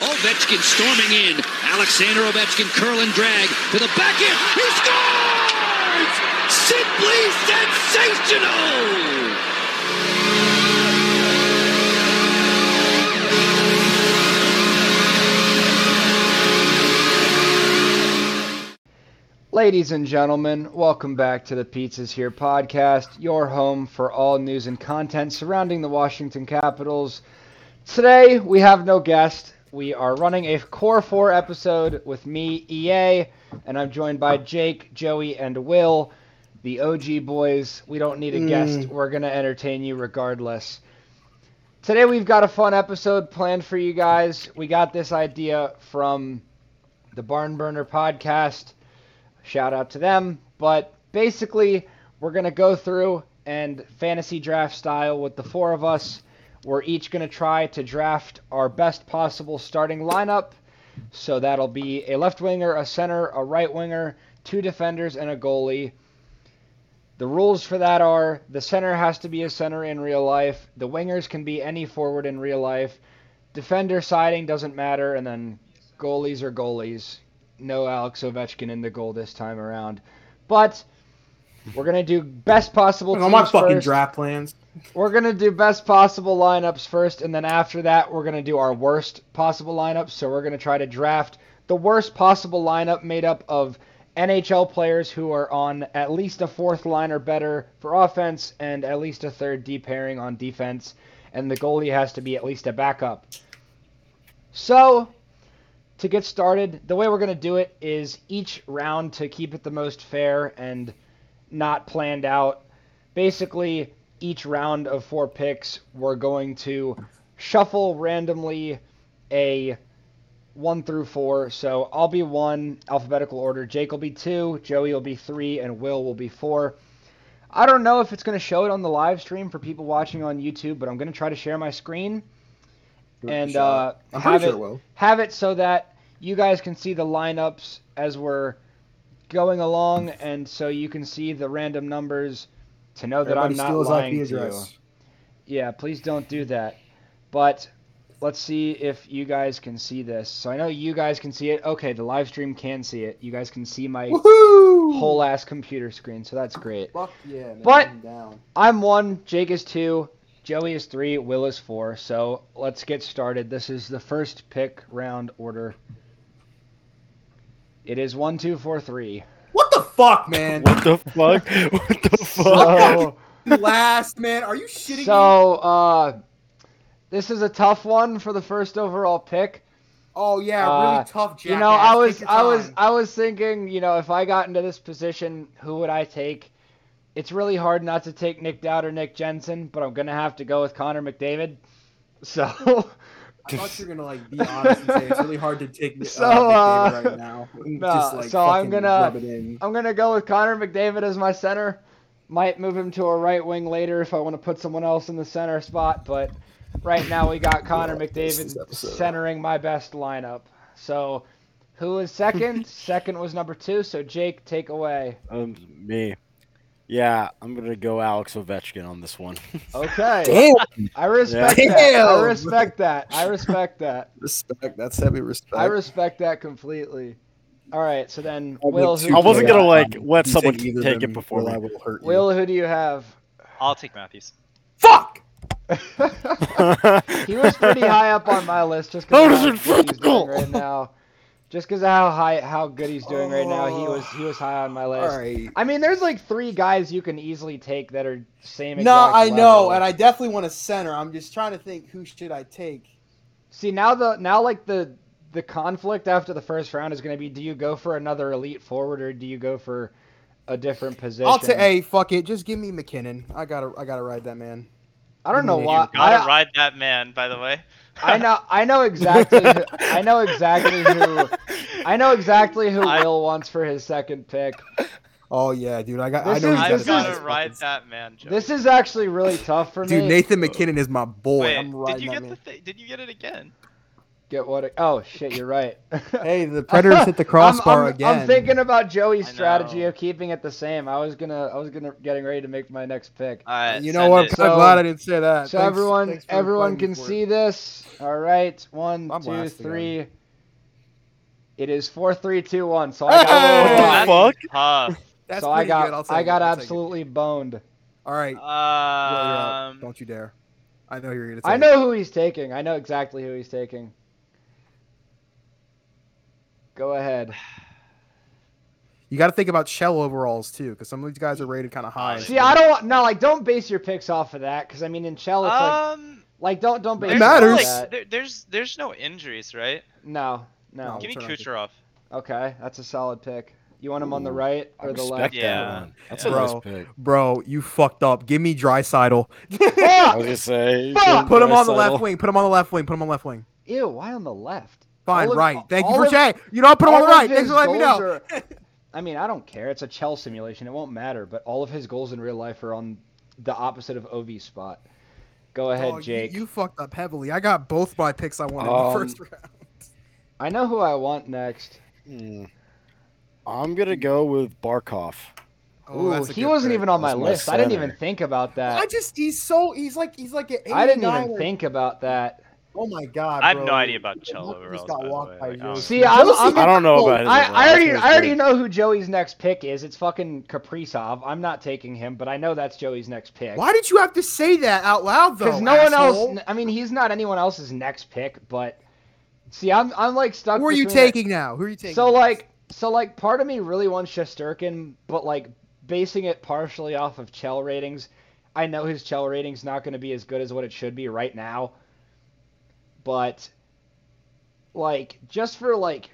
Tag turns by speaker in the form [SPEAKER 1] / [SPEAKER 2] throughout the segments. [SPEAKER 1] Ovechkin storming in. Alexander Ovechkin curl and drag to the back end. He scores! Simply sensational!
[SPEAKER 2] Ladies and gentlemen, welcome back to the Pizzas Here podcast, your home for all news and content surrounding the Washington Capitals. Today, we have no guest. We are running a Core 4 episode with me, EA, and I'm joined by Jake, Joey, and Will, the OG boys. We don't need a guest. We're going to entertain you regardless. Today, we've got a fun episode planned for you guys. We got this idea from the Barn Burner podcast shout out to them. But basically, we're going to go through and fantasy draft style with the four of us. We're each going to try to draft our best possible starting lineup. So that'll be a left winger, a center, a right winger, two defenders, and a goalie. The rules for that are the center has to be a center in real life, the wingers can be any forward in real life, defender siding doesn't matter, and then goalies are goalies no Alex Ovechkin in the goal this time around. But we're gonna do best possible.
[SPEAKER 3] Look, I'm on
[SPEAKER 2] teams
[SPEAKER 3] fucking
[SPEAKER 2] first.
[SPEAKER 3] draft plans.
[SPEAKER 2] We're gonna do best possible lineups first, and then after that, we're gonna do our worst possible lineups. So we're gonna try to draft the worst possible lineup made up of NHL players who are on at least a fourth line or better for offense, and at least a third D pairing on defense, and the goalie has to be at least a backup. So to get started, the way we're going to do it is each round to keep it the most fair and not planned out. Basically, each round of four picks, we're going to shuffle randomly a one through four. So I'll be one, alphabetical order. Jake will be two, Joey will be three, and Will will be four. I don't know if it's going to show it on the live stream for people watching on YouTube, but I'm going to try to share my screen and uh,
[SPEAKER 3] I'm
[SPEAKER 2] have
[SPEAKER 3] pretty
[SPEAKER 2] it
[SPEAKER 3] sure it will.
[SPEAKER 2] have it so that you guys can see the lineups as we're going along, and so you can see the random numbers to know that
[SPEAKER 3] Everybody
[SPEAKER 2] I'm not
[SPEAKER 3] steals
[SPEAKER 2] lying
[SPEAKER 3] IP
[SPEAKER 2] to you.
[SPEAKER 3] address.
[SPEAKER 2] Yeah, please don't do that. But let's see if you guys can see this. So I know you guys can see it. Okay, the live stream can see it. You guys can see my
[SPEAKER 3] Woohoo!
[SPEAKER 2] whole ass computer screen, so that's great.
[SPEAKER 3] Fuck yeah, man.
[SPEAKER 2] But-
[SPEAKER 3] I'm down.
[SPEAKER 2] I'm one, Jake is two, Joey is three, Will is four. So let's get started. This is the first pick round order. It is one, two, four, three.
[SPEAKER 3] What the fuck, man?
[SPEAKER 4] What the fuck? What the fuck?
[SPEAKER 2] So,
[SPEAKER 3] Last, man. Are you shitting me?
[SPEAKER 2] so uh, this is a tough one for the first overall pick.
[SPEAKER 3] Oh yeah,
[SPEAKER 2] uh,
[SPEAKER 3] really tough. Jackass.
[SPEAKER 2] you know, I
[SPEAKER 3] Take
[SPEAKER 2] was,
[SPEAKER 3] your
[SPEAKER 2] I was,
[SPEAKER 3] time.
[SPEAKER 2] I was thinking, you know, if I got into this position, who would I take? It's really hard not to take Nick Dowd or Nick Jensen, but I'm gonna have to go with Connor McDavid. So.
[SPEAKER 3] I thought you were gonna like be honest and say it's really hard to take.
[SPEAKER 2] So,
[SPEAKER 3] uh, Nick David
[SPEAKER 2] uh,
[SPEAKER 3] right now. And
[SPEAKER 2] no,
[SPEAKER 3] just, like,
[SPEAKER 2] so
[SPEAKER 3] fucking
[SPEAKER 2] I'm gonna-
[SPEAKER 3] rub it in.
[SPEAKER 2] I'm gonna go with Connor McDavid as my center. Might move him to a right wing later if I want to put someone else in the center spot, but right now we got Connor
[SPEAKER 3] Yeah, this is
[SPEAKER 2] McDavid
[SPEAKER 3] episode.
[SPEAKER 2] centering my best lineup. So who is second? second was number two, so Jake, take away.
[SPEAKER 4] Um, me. Yeah, I'm gonna go Alex Ovechkin on this one.
[SPEAKER 2] Okay.
[SPEAKER 3] Damn,
[SPEAKER 2] I respect
[SPEAKER 3] Yeah.
[SPEAKER 2] that. I
[SPEAKER 3] Damn.
[SPEAKER 2] respect that. I respect that.
[SPEAKER 3] respect. That's heavy respect.
[SPEAKER 2] I respect that completely. All right, so then
[SPEAKER 3] I'll make
[SPEAKER 2] Will
[SPEAKER 3] two
[SPEAKER 2] who
[SPEAKER 4] I wasn't
[SPEAKER 3] Yeah,
[SPEAKER 4] gonna like
[SPEAKER 3] um,
[SPEAKER 4] let
[SPEAKER 3] You
[SPEAKER 4] someone
[SPEAKER 3] take either
[SPEAKER 4] take
[SPEAKER 3] of them,
[SPEAKER 4] it before
[SPEAKER 3] Will, I
[SPEAKER 4] me.
[SPEAKER 3] will hurt you.
[SPEAKER 2] Will, who do you have?
[SPEAKER 5] I'll take Matthews.
[SPEAKER 3] Fuck.
[SPEAKER 2] He was pretty high up on my list just
[SPEAKER 4] How
[SPEAKER 2] because
[SPEAKER 4] does it
[SPEAKER 2] he's doing
[SPEAKER 4] feel?
[SPEAKER 2] right now. Just because of how high, how good he's doing right now, he was he was high on my
[SPEAKER 3] All
[SPEAKER 2] list.
[SPEAKER 3] right.
[SPEAKER 2] I mean, there's like three guys you can easily take that are same.
[SPEAKER 3] No,
[SPEAKER 2] exact
[SPEAKER 3] I know,
[SPEAKER 2] level.
[SPEAKER 3] and I definitely want a center. I'm just trying to think who should I take.
[SPEAKER 2] see now the now like the the conflict after the first round is going to be: do you go for another elite forward or do you go for a different position?
[SPEAKER 3] I'll take. Hey, fuck it. Just give me McKinnon. I gotta. I gotta ride that man.
[SPEAKER 2] I don't know
[SPEAKER 3] You
[SPEAKER 2] why.
[SPEAKER 5] you gotta
[SPEAKER 2] I,
[SPEAKER 5] ride that man, by the way.
[SPEAKER 2] I know. I know exactly. Who, I know exactly who. I know exactly who
[SPEAKER 5] I-
[SPEAKER 2] Will wants for his second pick.
[SPEAKER 3] Oh yeah, dude. I got.
[SPEAKER 2] This
[SPEAKER 3] I know.
[SPEAKER 2] is-
[SPEAKER 3] he's
[SPEAKER 5] I've
[SPEAKER 2] this
[SPEAKER 3] got
[SPEAKER 5] gotta
[SPEAKER 3] his
[SPEAKER 5] ride
[SPEAKER 3] fucking-
[SPEAKER 5] that man, Joe.
[SPEAKER 2] This is actually really tough for me.
[SPEAKER 3] Dude, Nathan McKinnon is my boy.
[SPEAKER 5] Wait,
[SPEAKER 3] I'm riding
[SPEAKER 5] did you
[SPEAKER 3] that
[SPEAKER 5] get
[SPEAKER 3] man.
[SPEAKER 5] the thing? Did you get it again?
[SPEAKER 2] Get what? Oh shit, you're right.
[SPEAKER 6] Hey, the Predators hit the crossbar
[SPEAKER 2] I'm, I'm,
[SPEAKER 6] again.
[SPEAKER 2] I'm thinking about Joey's
[SPEAKER 5] I
[SPEAKER 2] strategy
[SPEAKER 5] know.
[SPEAKER 2] of keeping it the same. I was gonna, I was gonna getting ready to make my next pick.
[SPEAKER 5] All right,
[SPEAKER 6] you know
[SPEAKER 5] send
[SPEAKER 6] what?
[SPEAKER 5] it.
[SPEAKER 2] So-
[SPEAKER 6] I'm glad I didn't say that.
[SPEAKER 2] so
[SPEAKER 6] Thanks-
[SPEAKER 2] everyone,
[SPEAKER 6] thanks for
[SPEAKER 2] everyone
[SPEAKER 6] fighting
[SPEAKER 2] can
[SPEAKER 6] for it.
[SPEAKER 2] see this. All right, one,
[SPEAKER 6] I'm
[SPEAKER 2] two,
[SPEAKER 6] blasted
[SPEAKER 2] three. It is four, three, two, one. So I got,
[SPEAKER 6] Hey!
[SPEAKER 5] That's
[SPEAKER 4] fuck?
[SPEAKER 5] tough.
[SPEAKER 6] That's
[SPEAKER 2] so I
[SPEAKER 6] pretty
[SPEAKER 2] got,
[SPEAKER 6] good. I'll take
[SPEAKER 2] I
[SPEAKER 6] it.
[SPEAKER 2] got
[SPEAKER 6] I'll take it.
[SPEAKER 2] absolutely boned.
[SPEAKER 6] All right, Will, you're up.
[SPEAKER 5] Um,
[SPEAKER 6] don't you dare. I know you're gonna. Take
[SPEAKER 2] I
[SPEAKER 6] It.
[SPEAKER 2] know who he's taking. I know exactly who he's taking. Go ahead.
[SPEAKER 6] You got to think about shell overalls too, because some of these guys are rated kind of high.
[SPEAKER 2] See, I don't want no like. Don't base your picks off of that because I mean, in Chell, it's like
[SPEAKER 5] um,
[SPEAKER 2] like don't don't base
[SPEAKER 5] there's
[SPEAKER 2] it
[SPEAKER 6] It
[SPEAKER 2] off of
[SPEAKER 5] no,
[SPEAKER 6] matters.
[SPEAKER 2] that.
[SPEAKER 5] like, there- there's there's no injuries, right?
[SPEAKER 2] No, no.
[SPEAKER 6] No.
[SPEAKER 5] Give me
[SPEAKER 6] turn off the-
[SPEAKER 5] Kucherov.
[SPEAKER 2] Okay, that's a solid pick. You want him on the
[SPEAKER 4] Ooh,
[SPEAKER 2] right
[SPEAKER 4] I
[SPEAKER 2] or the left?
[SPEAKER 4] respect
[SPEAKER 5] it.
[SPEAKER 4] that
[SPEAKER 5] Yeah.
[SPEAKER 4] one. That's
[SPEAKER 5] Yeah.
[SPEAKER 4] a nice
[SPEAKER 6] Bro.
[SPEAKER 4] pick.
[SPEAKER 6] Bro, you fucked up. Give me Drysidle.
[SPEAKER 4] I was
[SPEAKER 2] Fuck!
[SPEAKER 4] gonna say.
[SPEAKER 2] Fuck!
[SPEAKER 6] Put him on the
[SPEAKER 4] Dreisaitl.
[SPEAKER 6] left wing. Put him on the left wing. Put him on the left wing.
[SPEAKER 2] Ew, why on the left?
[SPEAKER 6] Fine,
[SPEAKER 2] All of-
[SPEAKER 6] right. Thank you
[SPEAKER 2] all
[SPEAKER 6] for
[SPEAKER 2] of-
[SPEAKER 6] Jay. You know, put him on
[SPEAKER 2] all
[SPEAKER 6] the
[SPEAKER 2] of
[SPEAKER 6] right. Thanks
[SPEAKER 2] his
[SPEAKER 6] for letting me
[SPEAKER 2] goals
[SPEAKER 6] know.
[SPEAKER 2] are- I mean, I don't care. It's a Chell simulation. It won't matter. But all of his goals in real life are on the opposite of Ovi's spot. Go ahead,
[SPEAKER 6] Oh, you-
[SPEAKER 2] Jake.
[SPEAKER 6] You, fucked up heavily. I got both my picks I wanted in
[SPEAKER 4] Um,
[SPEAKER 6] the first round.
[SPEAKER 2] I know who I want next.
[SPEAKER 4] Hmm. I'm gonna go with Barkov.
[SPEAKER 2] Ooh,
[SPEAKER 6] Oh, that's a
[SPEAKER 2] he
[SPEAKER 6] good
[SPEAKER 2] wasn't
[SPEAKER 6] pick.
[SPEAKER 2] even on my
[SPEAKER 4] That's my
[SPEAKER 2] list. I didn't
[SPEAKER 4] center.
[SPEAKER 2] even think about
[SPEAKER 6] I
[SPEAKER 2] that.
[SPEAKER 6] just he's so he's like he's like an
[SPEAKER 2] I didn't
[SPEAKER 6] 89
[SPEAKER 2] even
[SPEAKER 6] or-
[SPEAKER 2] think about that.
[SPEAKER 6] Oh my god.
[SPEAKER 5] I have
[SPEAKER 6] bro.
[SPEAKER 5] no idea about
[SPEAKER 6] Look,
[SPEAKER 5] Chell
[SPEAKER 6] he
[SPEAKER 5] overalls.
[SPEAKER 6] just
[SPEAKER 5] By
[SPEAKER 6] got
[SPEAKER 5] the
[SPEAKER 6] walked
[SPEAKER 5] way.
[SPEAKER 6] by
[SPEAKER 5] Like, I don't-
[SPEAKER 6] Yoshi.
[SPEAKER 2] See, I'm,
[SPEAKER 6] Josie-
[SPEAKER 2] I'm
[SPEAKER 4] I don't know about his
[SPEAKER 2] I,
[SPEAKER 4] overall.
[SPEAKER 2] I already
[SPEAKER 4] That's
[SPEAKER 2] I already
[SPEAKER 4] good.
[SPEAKER 2] know who Joey's next pick is. It's fucking Kaprizov. I'm not taking him, but I know that's Joey's next pick.
[SPEAKER 6] Why did you have to say that out loud though?
[SPEAKER 2] Because no
[SPEAKER 6] asshole?
[SPEAKER 2] one else. I mean, he's not anyone else's next pick. But see, I'm I'm like stuck.
[SPEAKER 6] Who are you
[SPEAKER 2] between that-
[SPEAKER 6] taking now? Who are you taking?
[SPEAKER 2] So like so like part of me really wants Shesterkin, but like basing it partially off of Chell ratings, I know his Chell rating's not going to be as good as what it should be right now. But like just for like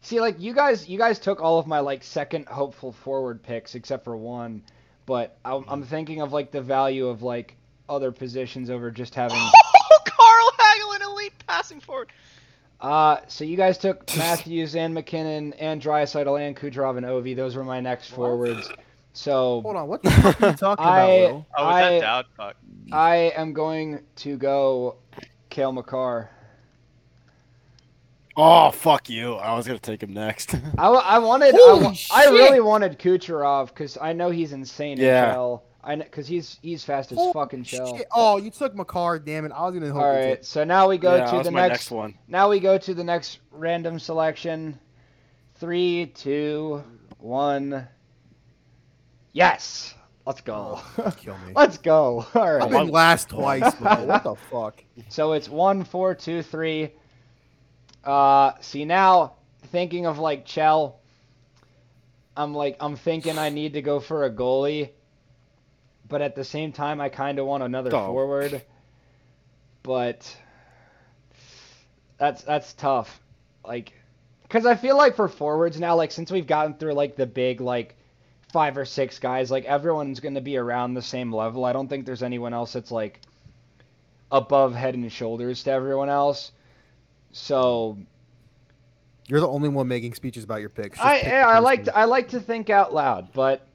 [SPEAKER 2] See like you guys you guys took all of my like second hopeful forward picks except for one, but I'm, I'm thinking of like the value of like other positions over just having
[SPEAKER 5] Oh, Carl Hagelin, elite passing forward.
[SPEAKER 2] Uh, so you guys took Matthews and McKinnon and Drysaitel and Kucherov and Ovi. Those were my next
[SPEAKER 6] What?
[SPEAKER 2] forwards. So
[SPEAKER 6] Hold on, what the fuck are you talking
[SPEAKER 2] I-
[SPEAKER 6] about, Will?
[SPEAKER 5] Oh, was
[SPEAKER 2] I-
[SPEAKER 5] that doubt? Fuck.
[SPEAKER 2] I am going to go Kale McCarr.
[SPEAKER 4] Oh fuck you! I was gonna take him next.
[SPEAKER 2] I, w- I wanted I,
[SPEAKER 6] Holy
[SPEAKER 2] wa- I really
[SPEAKER 6] shit!
[SPEAKER 2] wanted Kucherov because I know he's insane
[SPEAKER 4] Yeah.
[SPEAKER 2] in shell. I because he's he's fast as
[SPEAKER 6] Holy
[SPEAKER 2] fucking shell.
[SPEAKER 6] Shit. Oh, you took McCarr, damn it. I was gonna hope
[SPEAKER 2] All
[SPEAKER 6] you
[SPEAKER 2] right,
[SPEAKER 6] did.
[SPEAKER 2] so now we go
[SPEAKER 4] yeah, that
[SPEAKER 2] to
[SPEAKER 4] was
[SPEAKER 2] the
[SPEAKER 4] my
[SPEAKER 2] next,
[SPEAKER 4] next one.
[SPEAKER 2] Now we go to the next random selection. Three, two, one. Yes, let's go.
[SPEAKER 6] Kill me.
[SPEAKER 2] Let's go. All
[SPEAKER 6] I've
[SPEAKER 2] right.
[SPEAKER 6] been last twice, bro. What the fuck?
[SPEAKER 2] So it's one, four, two, three. Uh, see now, thinking of like Chell, I'm like I'm thinking I need to go for a goalie, but at the same time I kind of want another
[SPEAKER 4] Oh.
[SPEAKER 2] forward. But that's that's tough, like, because I feel like for forwards now, like since we've gotten through like the big like five or six guys, like everyone's going to be around the same level. I don't think there's anyone else that's like above head and shoulders to everyone else. So
[SPEAKER 6] You're the only one making speeches about your picks. Just
[SPEAKER 2] I
[SPEAKER 6] pick
[SPEAKER 2] I,
[SPEAKER 6] the
[SPEAKER 2] I
[SPEAKER 6] first
[SPEAKER 2] like
[SPEAKER 6] one.
[SPEAKER 2] to, I like to think out loud, but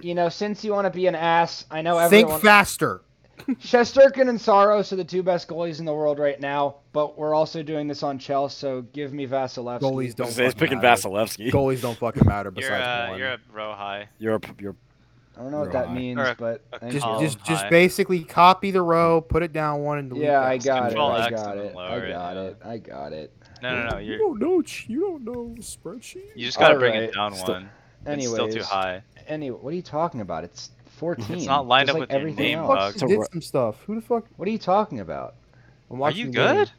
[SPEAKER 2] you know, since you want to be an ass, I know
[SPEAKER 6] Think
[SPEAKER 2] everyone.
[SPEAKER 6] faster.
[SPEAKER 2] Shesterkin and Saros are the two best goalies in the world right now, but we're also doing this on Chelsea, so give me Vasilevsky.
[SPEAKER 6] Goalies don't.
[SPEAKER 4] He's
[SPEAKER 6] fucking
[SPEAKER 4] picking
[SPEAKER 6] matter.
[SPEAKER 4] Vasilevsky.
[SPEAKER 6] Goalies don't fucking matter.
[SPEAKER 5] You're
[SPEAKER 6] Besides
[SPEAKER 5] a,
[SPEAKER 6] one.
[SPEAKER 5] you're a row high.
[SPEAKER 4] Europe, Europe.
[SPEAKER 2] I don't know what
[SPEAKER 4] Or
[SPEAKER 2] that
[SPEAKER 4] a-
[SPEAKER 2] means,
[SPEAKER 5] or a-
[SPEAKER 2] but
[SPEAKER 5] a
[SPEAKER 2] thank
[SPEAKER 6] just
[SPEAKER 2] you.
[SPEAKER 5] Oh,
[SPEAKER 6] just just
[SPEAKER 5] hi.
[SPEAKER 6] basically copy the row, put it down one, and delete
[SPEAKER 2] yeah,
[SPEAKER 6] that.
[SPEAKER 2] I got it.
[SPEAKER 5] Control
[SPEAKER 2] I
[SPEAKER 5] X
[SPEAKER 2] got
[SPEAKER 5] and
[SPEAKER 2] it. I
[SPEAKER 5] lower it,
[SPEAKER 2] got
[SPEAKER 5] yeah.
[SPEAKER 2] it. I got it.
[SPEAKER 5] No, no, no. You're,
[SPEAKER 6] don't know. You don't know spreadsheet.
[SPEAKER 5] you just gotta bring
[SPEAKER 2] Alright.
[SPEAKER 5] it down
[SPEAKER 4] Still-
[SPEAKER 5] one.
[SPEAKER 2] Anyways,
[SPEAKER 5] It's still too high.
[SPEAKER 2] Anyway, what are you talking about? It's 14.
[SPEAKER 5] It's not lined
[SPEAKER 2] just
[SPEAKER 5] up
[SPEAKER 2] like
[SPEAKER 5] with your
[SPEAKER 2] everything
[SPEAKER 5] name,
[SPEAKER 2] else.
[SPEAKER 5] dog.
[SPEAKER 4] So
[SPEAKER 6] did
[SPEAKER 4] ru-
[SPEAKER 6] some stuff. Who the fuck?
[SPEAKER 2] What are you talking about?
[SPEAKER 6] I'm
[SPEAKER 5] Are
[SPEAKER 6] watching
[SPEAKER 5] you
[SPEAKER 6] the game.
[SPEAKER 5] good?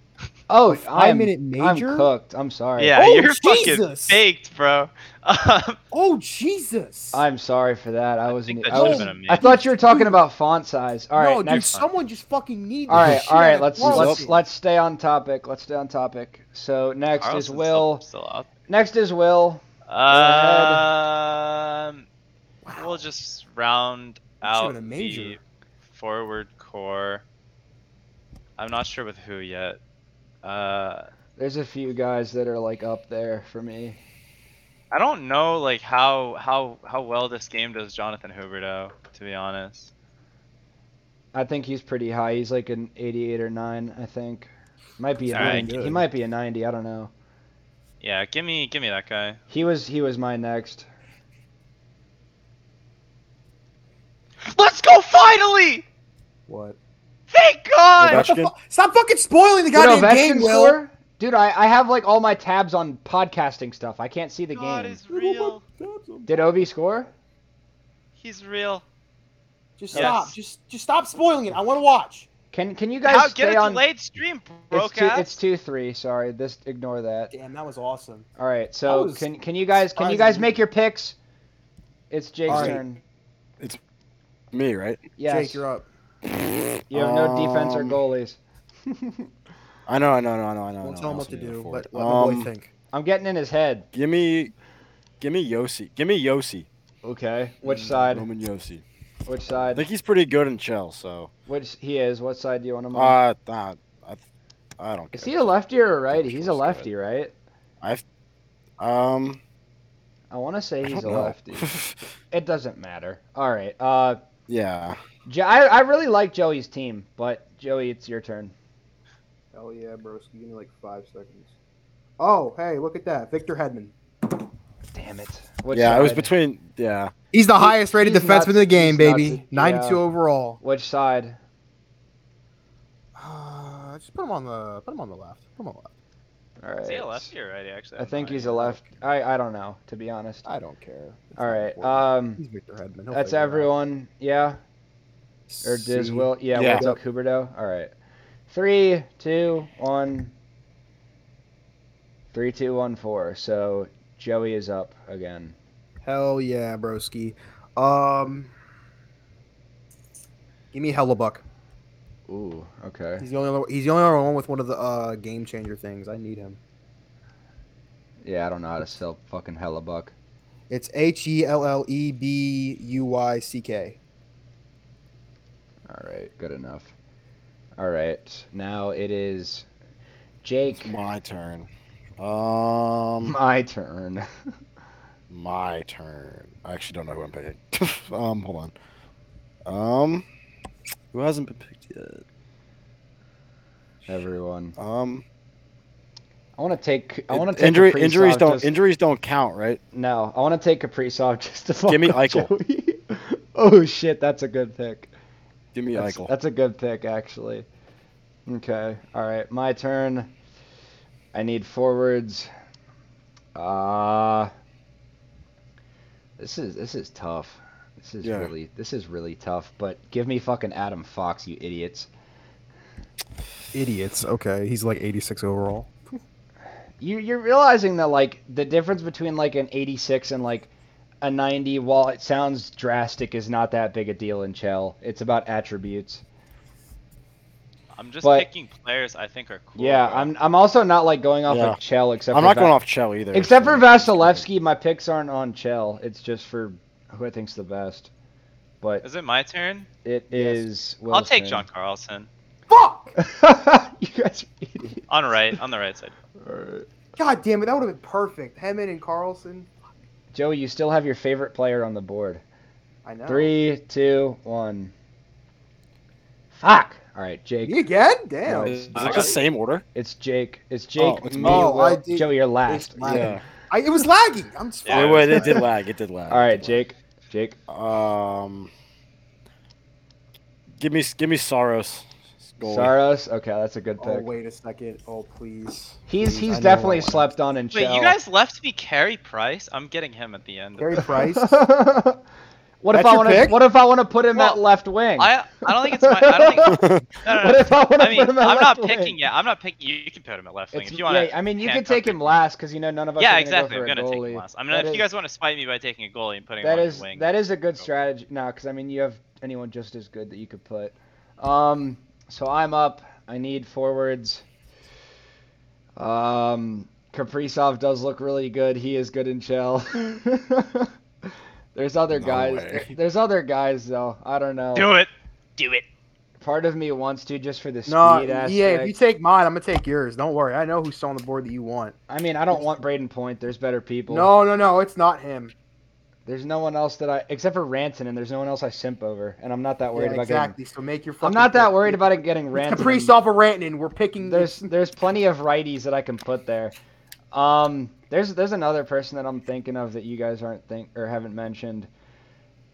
[SPEAKER 2] Oh,
[SPEAKER 6] five
[SPEAKER 2] I'm
[SPEAKER 6] minute major?
[SPEAKER 2] I'm cooked. I'm sorry.
[SPEAKER 5] Yeah,
[SPEAKER 6] Oh,
[SPEAKER 5] you're
[SPEAKER 6] Jesus!
[SPEAKER 5] fucking baked, bro. Um,
[SPEAKER 6] Oh Jesus!
[SPEAKER 2] I'm sorry for that. I, was.
[SPEAKER 5] think
[SPEAKER 2] not
[SPEAKER 5] that
[SPEAKER 2] I,
[SPEAKER 5] should've
[SPEAKER 2] was
[SPEAKER 5] been a
[SPEAKER 2] I
[SPEAKER 5] man.
[SPEAKER 2] thought you were talking about font size. All right,
[SPEAKER 6] no, dude,
[SPEAKER 2] next.
[SPEAKER 6] someone just fucking needs.
[SPEAKER 2] all right,
[SPEAKER 6] this shit
[SPEAKER 2] all
[SPEAKER 6] out
[SPEAKER 2] right.
[SPEAKER 6] of
[SPEAKER 2] Let's
[SPEAKER 6] Carlson.
[SPEAKER 2] let's let's stay on topic. Let's stay on topic. So next
[SPEAKER 5] Carlson's
[SPEAKER 2] is
[SPEAKER 5] still-
[SPEAKER 2] Will.
[SPEAKER 5] Still up.
[SPEAKER 2] Next is Will.
[SPEAKER 5] Um,
[SPEAKER 6] Wow.
[SPEAKER 5] we'll just round
[SPEAKER 6] That's
[SPEAKER 5] out
[SPEAKER 6] even a major.
[SPEAKER 5] the forward core. I'm not sure with who yet. Uh,
[SPEAKER 2] There's a few guys that are like up there for me.
[SPEAKER 5] I don't know like how how how well this game does Jonathan Huberto, to be honest.
[SPEAKER 2] I think he's pretty high. He's like an 88 or 9, I think. Might be a
[SPEAKER 5] All right.
[SPEAKER 2] 90. He might be a 90. I don't know.
[SPEAKER 5] Yeah, give me give me that guy.
[SPEAKER 2] He was he was my next.
[SPEAKER 5] Let's go finally!
[SPEAKER 3] What?
[SPEAKER 5] Thank God!
[SPEAKER 4] Ovechkin?
[SPEAKER 3] Stop fucking spoiling the
[SPEAKER 2] Did
[SPEAKER 3] goddamn
[SPEAKER 2] Ovechkin
[SPEAKER 3] game, Will.
[SPEAKER 2] score? Dude, I, I have like all my tabs on podcasting stuff. I can't see the
[SPEAKER 5] God
[SPEAKER 2] game.
[SPEAKER 5] is real.
[SPEAKER 2] Did Ovi score?
[SPEAKER 5] He's real.
[SPEAKER 7] Just
[SPEAKER 5] Yes.
[SPEAKER 7] stop. Just just stop spoiling it. I want to watch.
[SPEAKER 2] Can can you guys
[SPEAKER 5] How,
[SPEAKER 2] stay
[SPEAKER 5] get a
[SPEAKER 2] on?
[SPEAKER 5] delayed stream,
[SPEAKER 2] it's two,
[SPEAKER 5] broke
[SPEAKER 2] it's two three. Sorry, this ignore that.
[SPEAKER 7] Damn, that was awesome.
[SPEAKER 2] All right,
[SPEAKER 7] That
[SPEAKER 2] so
[SPEAKER 7] was
[SPEAKER 2] can can you guys can you guys
[SPEAKER 7] surprising.
[SPEAKER 2] make your picks? It's Jake's
[SPEAKER 3] All right.
[SPEAKER 2] turn.
[SPEAKER 4] Me, right?
[SPEAKER 2] Yes,
[SPEAKER 3] Jake, you're up.
[SPEAKER 2] you have no defense or
[SPEAKER 4] Um,
[SPEAKER 2] goalies.
[SPEAKER 4] I know, I know, I know, I know. I
[SPEAKER 3] Won't
[SPEAKER 4] know,
[SPEAKER 3] tell
[SPEAKER 4] I
[SPEAKER 3] him what
[SPEAKER 4] also
[SPEAKER 3] to
[SPEAKER 4] need a
[SPEAKER 3] do.
[SPEAKER 4] forward.
[SPEAKER 3] Let, let the boy
[SPEAKER 4] Um,
[SPEAKER 3] think.
[SPEAKER 2] I'm getting in his head.
[SPEAKER 4] Give me, give me Yossi. Give me Yossi.
[SPEAKER 2] Okay,
[SPEAKER 4] Mm,
[SPEAKER 2] which side?
[SPEAKER 4] Roman Yossi.
[SPEAKER 2] Which
[SPEAKER 4] I
[SPEAKER 2] side?
[SPEAKER 4] think he's pretty good in Chell, so.
[SPEAKER 2] Which he is? What side do you want him on?
[SPEAKER 4] Uh, nah, I, I don't
[SPEAKER 2] Is he
[SPEAKER 4] care.
[SPEAKER 2] a lefty or a righty?
[SPEAKER 4] Which
[SPEAKER 2] He's a
[SPEAKER 4] one's
[SPEAKER 2] lefty, right?
[SPEAKER 4] um,
[SPEAKER 2] I want to
[SPEAKER 4] I
[SPEAKER 2] say he's
[SPEAKER 4] don't
[SPEAKER 2] a
[SPEAKER 4] know.
[SPEAKER 2] lefty. It doesn't matter. All right. Uh,
[SPEAKER 4] yeah.
[SPEAKER 2] Jo- I, I really like Joey's team, but Joey, it's your turn.
[SPEAKER 8] Hell yeah, broski. Give me like five seconds. Oh, hey, look at that. Victor Hedman.
[SPEAKER 2] Damn it. Which
[SPEAKER 4] yeah, it was
[SPEAKER 2] side?
[SPEAKER 4] between. Yeah.
[SPEAKER 3] He's the highest rated
[SPEAKER 2] he's
[SPEAKER 3] defenseman
[SPEAKER 2] nuts.
[SPEAKER 3] in the game,
[SPEAKER 2] He's
[SPEAKER 3] baby.
[SPEAKER 2] nuts.
[SPEAKER 3] 92
[SPEAKER 2] Yeah.
[SPEAKER 3] overall.
[SPEAKER 2] Which side?
[SPEAKER 3] Uh, just put him on the put him on the left. Put him on the left.
[SPEAKER 2] All right.
[SPEAKER 5] Is he a lefty or righty? Actually,
[SPEAKER 2] I
[SPEAKER 5] have no
[SPEAKER 2] think he's
[SPEAKER 5] idea.
[SPEAKER 2] a left. I, I don't know, to be honest.
[SPEAKER 3] I don't care. It's
[SPEAKER 2] All
[SPEAKER 3] not
[SPEAKER 2] right.
[SPEAKER 3] important.
[SPEAKER 2] Um,
[SPEAKER 3] He's Victor Hedman. He'll
[SPEAKER 2] that's
[SPEAKER 3] figure it out.
[SPEAKER 2] everyone. Yeah. Or Diz
[SPEAKER 3] See?
[SPEAKER 2] will. Yeah.
[SPEAKER 4] Yeah.
[SPEAKER 2] What's up, Huberto? All right. Three, two, one. Three, two, one, four. So Joey is up again.
[SPEAKER 3] Hell yeah, broski. Um, give me Hellebuck.
[SPEAKER 2] Ooh. Okay.
[SPEAKER 3] He's the only other, he's the only other one with one of the uh, game changer things. I need him.
[SPEAKER 2] Yeah, I don't know how to spell fucking Hellebuck.
[SPEAKER 3] It's H E L L E B U Y C K.
[SPEAKER 2] All right, good enough. All right, now it is Jake.
[SPEAKER 4] It's my turn. Um,
[SPEAKER 2] My turn.
[SPEAKER 4] my turn. I actually don't know who I'm picking. um, hold on. Um, who hasn't been picked yet?
[SPEAKER 2] Everyone,
[SPEAKER 4] Um,
[SPEAKER 2] I want to take. I want to take
[SPEAKER 4] injury
[SPEAKER 2] Kaprizov
[SPEAKER 4] injuries don't
[SPEAKER 2] just-
[SPEAKER 4] injuries don't count, right?
[SPEAKER 2] No, I want to take Kaprizov just to fuck
[SPEAKER 4] Gimme
[SPEAKER 2] up
[SPEAKER 4] Eichel.
[SPEAKER 2] Joey. oh shit, that's a good pick.
[SPEAKER 4] Give me
[SPEAKER 2] That's,
[SPEAKER 4] Eichel.
[SPEAKER 2] that's a good pick actually. Okay, all right, my turn. I need forwards. Uh This is this is tough. This is
[SPEAKER 4] Yeah.
[SPEAKER 2] really this is really tough. But give me fucking Adam Fox, you idiots.
[SPEAKER 3] Idiots. Okay, he's like 86 overall.
[SPEAKER 2] You you're realizing that like the difference between like an 86 and like a 90, while it sounds drastic, is not that big a deal in Chell. It's about attributes.
[SPEAKER 5] I'm just
[SPEAKER 2] but-
[SPEAKER 5] picking players I think are cool.
[SPEAKER 2] Yeah,
[SPEAKER 5] bro.
[SPEAKER 2] I'm I'm also not like going off
[SPEAKER 4] Yeah.
[SPEAKER 2] of Chell except
[SPEAKER 4] I'm
[SPEAKER 2] for
[SPEAKER 4] not
[SPEAKER 2] Va-
[SPEAKER 4] going off Chell either.
[SPEAKER 2] except
[SPEAKER 4] so-
[SPEAKER 2] for Vasilevsky. My picks aren't on Chell. It's just for who I think's the best. But
[SPEAKER 5] Is it my turn?
[SPEAKER 2] it
[SPEAKER 3] Yes.
[SPEAKER 2] is.
[SPEAKER 5] I'll take
[SPEAKER 2] Wilson.
[SPEAKER 5] John Carlson.
[SPEAKER 7] Fuck!
[SPEAKER 2] you guys are idiots.
[SPEAKER 5] On right, on the right side.
[SPEAKER 2] Alright.
[SPEAKER 8] God damn it, that would have been perfect. Hedman and Carlson.
[SPEAKER 2] Joey, you still have your favorite player on the board.
[SPEAKER 8] I know.
[SPEAKER 2] Three, two, one. Fuck. All right, Jake.
[SPEAKER 8] Me again?
[SPEAKER 2] No,
[SPEAKER 8] Damn.
[SPEAKER 2] it's,
[SPEAKER 4] Is it the same order?
[SPEAKER 2] it's Jake. It's Jake.
[SPEAKER 4] Oh, it's
[SPEAKER 2] me,
[SPEAKER 4] me.
[SPEAKER 3] Oh,
[SPEAKER 2] Will.
[SPEAKER 3] I did-
[SPEAKER 2] Joey, you're last.
[SPEAKER 3] It's Yeah.
[SPEAKER 8] I, it was lagging. I'm just
[SPEAKER 5] Yeah.
[SPEAKER 4] Wait, wait, it did lag. It did lag.
[SPEAKER 2] All right, Jake. Jake.
[SPEAKER 4] Um, give me give me Soros. Goalie.
[SPEAKER 2] Saros. Okay, that's a good pick.
[SPEAKER 8] Oh, wait a second. Oh, please.
[SPEAKER 2] He's
[SPEAKER 8] Please, I
[SPEAKER 2] he's
[SPEAKER 8] know
[SPEAKER 2] definitely
[SPEAKER 8] I want-
[SPEAKER 2] slept on in
[SPEAKER 5] Wait,
[SPEAKER 2] Chell.
[SPEAKER 5] you guys left me Carey Price? I'm getting him at the end.
[SPEAKER 8] Carey Price.
[SPEAKER 2] what if
[SPEAKER 3] That's
[SPEAKER 2] I
[SPEAKER 3] your
[SPEAKER 2] want to?
[SPEAKER 3] pick?
[SPEAKER 2] What if I want to put him
[SPEAKER 5] Well,
[SPEAKER 2] at left wing?
[SPEAKER 5] I I don't think it's my. I don't think. No, no, no.
[SPEAKER 2] what if I want to
[SPEAKER 5] I mean,
[SPEAKER 2] put him at
[SPEAKER 5] I'm
[SPEAKER 2] left
[SPEAKER 5] not
[SPEAKER 2] wing?
[SPEAKER 5] picking yet. I'm not picking. You, you can put him at left wing
[SPEAKER 2] It's-
[SPEAKER 5] if you want.
[SPEAKER 2] yeah, I mean, you
[SPEAKER 5] can
[SPEAKER 2] could take him last because you know none of us.
[SPEAKER 5] Yeah,
[SPEAKER 2] are gonna
[SPEAKER 5] exactly. I'm
[SPEAKER 2] Go
[SPEAKER 5] gonna
[SPEAKER 2] for a
[SPEAKER 5] take him
[SPEAKER 2] goalie.
[SPEAKER 5] last. I mean, if
[SPEAKER 2] That
[SPEAKER 5] you
[SPEAKER 2] is-
[SPEAKER 5] guys want to spite me by taking a goalie and putting
[SPEAKER 2] That
[SPEAKER 5] him
[SPEAKER 2] is
[SPEAKER 5] on the wing,
[SPEAKER 2] that is a good
[SPEAKER 5] Go.
[SPEAKER 2] strategy now because I mean you have anyone just as good that you could put. Um, so I'm up. I need forwards. Um, Kaprizov does look really good. He is good in shell. there's other
[SPEAKER 4] No
[SPEAKER 2] guys.
[SPEAKER 4] way.
[SPEAKER 2] There's other guys though. I don't know.
[SPEAKER 5] do it, do it.
[SPEAKER 2] Part of me wants to just for the speed
[SPEAKER 3] No, yeah.
[SPEAKER 2] aspect.
[SPEAKER 3] If you take mine, I'm gonna take yours. Don't worry. I know who's still on the board that you want.
[SPEAKER 2] I mean, I don't want Braden Point. There's better people.
[SPEAKER 3] No, no, no. It's not him.
[SPEAKER 2] There's no one else that I except for Ranson, and there's no one else I simp over, and I'm not that worried
[SPEAKER 8] Yeah,
[SPEAKER 2] about
[SPEAKER 8] exactly. So make your.
[SPEAKER 2] getting. I'm
[SPEAKER 8] fucking
[SPEAKER 2] not that
[SPEAKER 8] pick.
[SPEAKER 2] worried about it getting
[SPEAKER 3] It's
[SPEAKER 2] Ranson.
[SPEAKER 3] Caprice off of Rantanen. We're picking.
[SPEAKER 2] There's there's plenty of righties that I can put there. Um, there's there's another person that I'm thinking of that you guys aren't think or haven't mentioned.